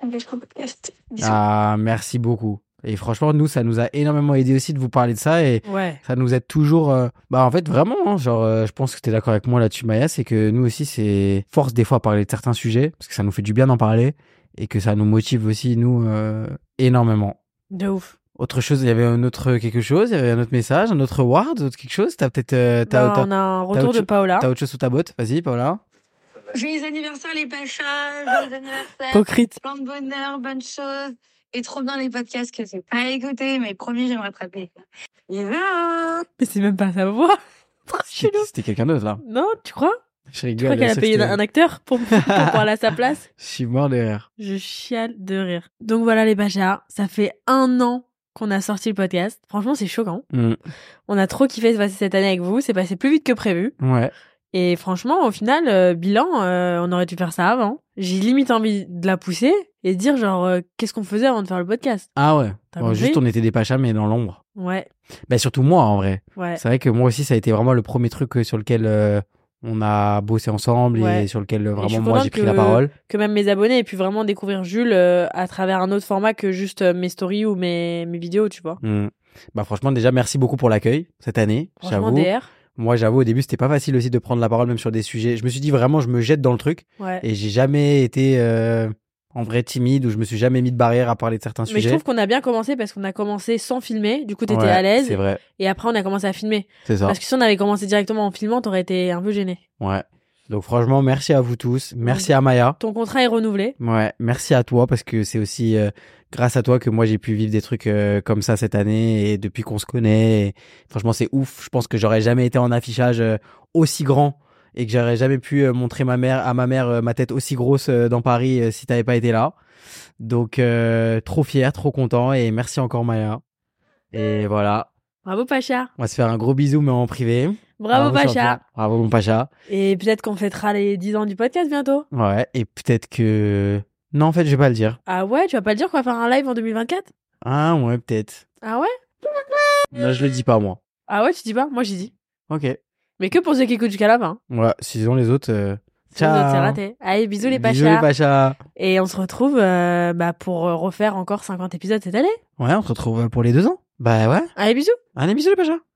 [SPEAKER 3] euh, avec un podcast. Bisous.
[SPEAKER 2] ah, merci beaucoup. Et franchement, nous, ça nous a énormément aidé aussi de vous parler de ça et
[SPEAKER 1] Ouais.
[SPEAKER 2] ça nous aide toujours. euh, Bah, en fait, vraiment, hein, genre, euh, je pense que t'es d'accord avec moi là-dessus, Maya, c'est que nous aussi, c'est force des fois à parler de certains sujets parce que ça nous fait du bien d'en parler et que ça nous motive aussi, nous, euh, énormément.
[SPEAKER 1] De ouf.
[SPEAKER 2] Autre chose, il y avait un autre quelque chose, il y avait un autre message, un autre ward, autre quelque chose. T'as peut-être euh, t'as
[SPEAKER 1] Bah,
[SPEAKER 2] t'as-
[SPEAKER 1] on a un retour
[SPEAKER 2] autre-
[SPEAKER 1] de Paola.
[SPEAKER 2] t'as autre chose sous ta botte. Vas-y, Paola.
[SPEAKER 7] Joyeux anniversaire les Pachas, joyeux anniversaire.
[SPEAKER 1] Cocrite.
[SPEAKER 7] plein de bonheur, bonnes choses. Et trop bien les podcasts que j'ai pas écoutés, mais promis, je vais me rattraper. Yeah
[SPEAKER 1] Mais c'est même pas sa voix. Trop chelou.
[SPEAKER 2] C'était c'était quelqu'un d'autre là.
[SPEAKER 1] Non, tu crois
[SPEAKER 2] Je
[SPEAKER 1] Tu crois
[SPEAKER 2] rigole.
[SPEAKER 1] qu'elle a
[SPEAKER 2] sauf
[SPEAKER 1] payé
[SPEAKER 2] que
[SPEAKER 1] un acteur pour, pour parler à sa place
[SPEAKER 2] Je suis mort de rire.
[SPEAKER 1] Je chiale de rire. Donc voilà les Bachas, ça fait un an qu'on a sorti le podcast. Franchement, c'est choquant.
[SPEAKER 2] Mm.
[SPEAKER 1] On a trop kiffé de passer cette année avec vous. C'est passé plus vite que prévu.
[SPEAKER 2] Ouais.
[SPEAKER 1] Et franchement, au final, euh, bilan, euh, on aurait dû faire ça avant. J'ai limite envie de la pousser et de dire genre euh, qu'est-ce qu'on faisait avant de faire le podcast.
[SPEAKER 2] Ah ouais.
[SPEAKER 1] T'as
[SPEAKER 2] Bon,
[SPEAKER 1] compris
[SPEAKER 2] juste on était des pachas mais dans l'ombre.
[SPEAKER 1] Ouais,
[SPEAKER 2] Bah surtout moi en vrai.
[SPEAKER 1] ouais.
[SPEAKER 2] C'est vrai que moi aussi ça a été vraiment le premier truc euh, sur lequel euh, on a bossé ensemble
[SPEAKER 1] Ouais.
[SPEAKER 2] et sur lequel euh,
[SPEAKER 1] je suis
[SPEAKER 2] vraiment moi j'ai
[SPEAKER 1] contente
[SPEAKER 2] pris la
[SPEAKER 1] que-
[SPEAKER 2] parole.
[SPEAKER 1] Que même mes abonnés aient pu vraiment découvrir Jules euh, à travers un autre format que juste euh, mes stories ou mes, mes vidéos, tu vois.
[SPEAKER 2] Mm. Bah franchement déjà merci beaucoup pour l'accueil cette année.
[SPEAKER 1] Franchement,
[SPEAKER 2] J'avoue.
[SPEAKER 1] DR.
[SPEAKER 2] Moi, j'avoue, au début, c'était pas facile aussi de prendre la parole, même sur des sujets. Je me suis dit vraiment, je me jette dans le truc
[SPEAKER 1] Ouais.
[SPEAKER 2] et j'ai jamais été euh, en vrai timide où je me suis jamais mis de barrière à parler de certains
[SPEAKER 1] Mais je
[SPEAKER 2] sujets.
[SPEAKER 1] trouve qu'on a bien commencé parce qu'on a commencé sans filmer. Du coup, t'étais
[SPEAKER 2] Ouais,
[SPEAKER 1] à l'aise.
[SPEAKER 2] C'est vrai,
[SPEAKER 1] Et après, on a commencé à filmer.
[SPEAKER 2] c'est ça.
[SPEAKER 1] Parce que si on avait commencé directement en filmant, t'aurais été un peu gêné.
[SPEAKER 2] Ouais. Donc franchement, merci à vous tous.
[SPEAKER 1] Mmh.
[SPEAKER 2] Merci à Maya.
[SPEAKER 1] Ton contrat est renouvelé.
[SPEAKER 2] Ouais, merci à toi parce que c'est aussi euh, grâce à toi que moi j'ai pu vivre des trucs euh, comme ça cette année et depuis qu'on se connaît. et franchement, c'est ouf. Je pense que j'aurais jamais été en affichage euh, aussi grand et que j'aurais jamais pu euh, montrer ma mère à ma mère euh, ma tête aussi grosse euh, dans Paris euh, si t'avais pas été là. Donc euh, trop fier, trop content et merci encore Maya. Et
[SPEAKER 1] Mmh.
[SPEAKER 2] voilà,
[SPEAKER 1] Bravo, Pacha.
[SPEAKER 2] on va se faire un gros bisou mais en privé.
[SPEAKER 1] Bravo,
[SPEAKER 2] champion.
[SPEAKER 1] Pacha.
[SPEAKER 2] Bravo mon Pacha.
[SPEAKER 1] Et peut-être qu'on fêtera les 10 ans du podcast bientôt.
[SPEAKER 2] Ouais, et peut-être que non en fait, je vais pas le dire.
[SPEAKER 1] Ah ouais, tu vas pas le dire qu'on va faire un live en 2024
[SPEAKER 2] Ah ouais, peut-être.
[SPEAKER 1] Ah ouais
[SPEAKER 2] Non, je le dis pas, moi.
[SPEAKER 1] Ah ouais, tu dis pas Moi, j'y dis.
[SPEAKER 2] Ok.
[SPEAKER 1] Mais que pour ceux qui écoutent jusqu'à la fin.
[SPEAKER 2] Ouais, sinon les autres. euh,
[SPEAKER 1] Sinon,
[SPEAKER 2] Ciao.
[SPEAKER 1] c'est raté. Allez, bisous les
[SPEAKER 2] Bisous,
[SPEAKER 1] Pachas.
[SPEAKER 2] Pachas.
[SPEAKER 1] Et on se retrouve euh, bah, pour euh, refaire encore 50 épisodes cette année.
[SPEAKER 2] Ouais, on se retrouve pour les deux ans. Bah ouais.
[SPEAKER 1] Allez, bisous
[SPEAKER 2] Allez, bisous, les Pachas.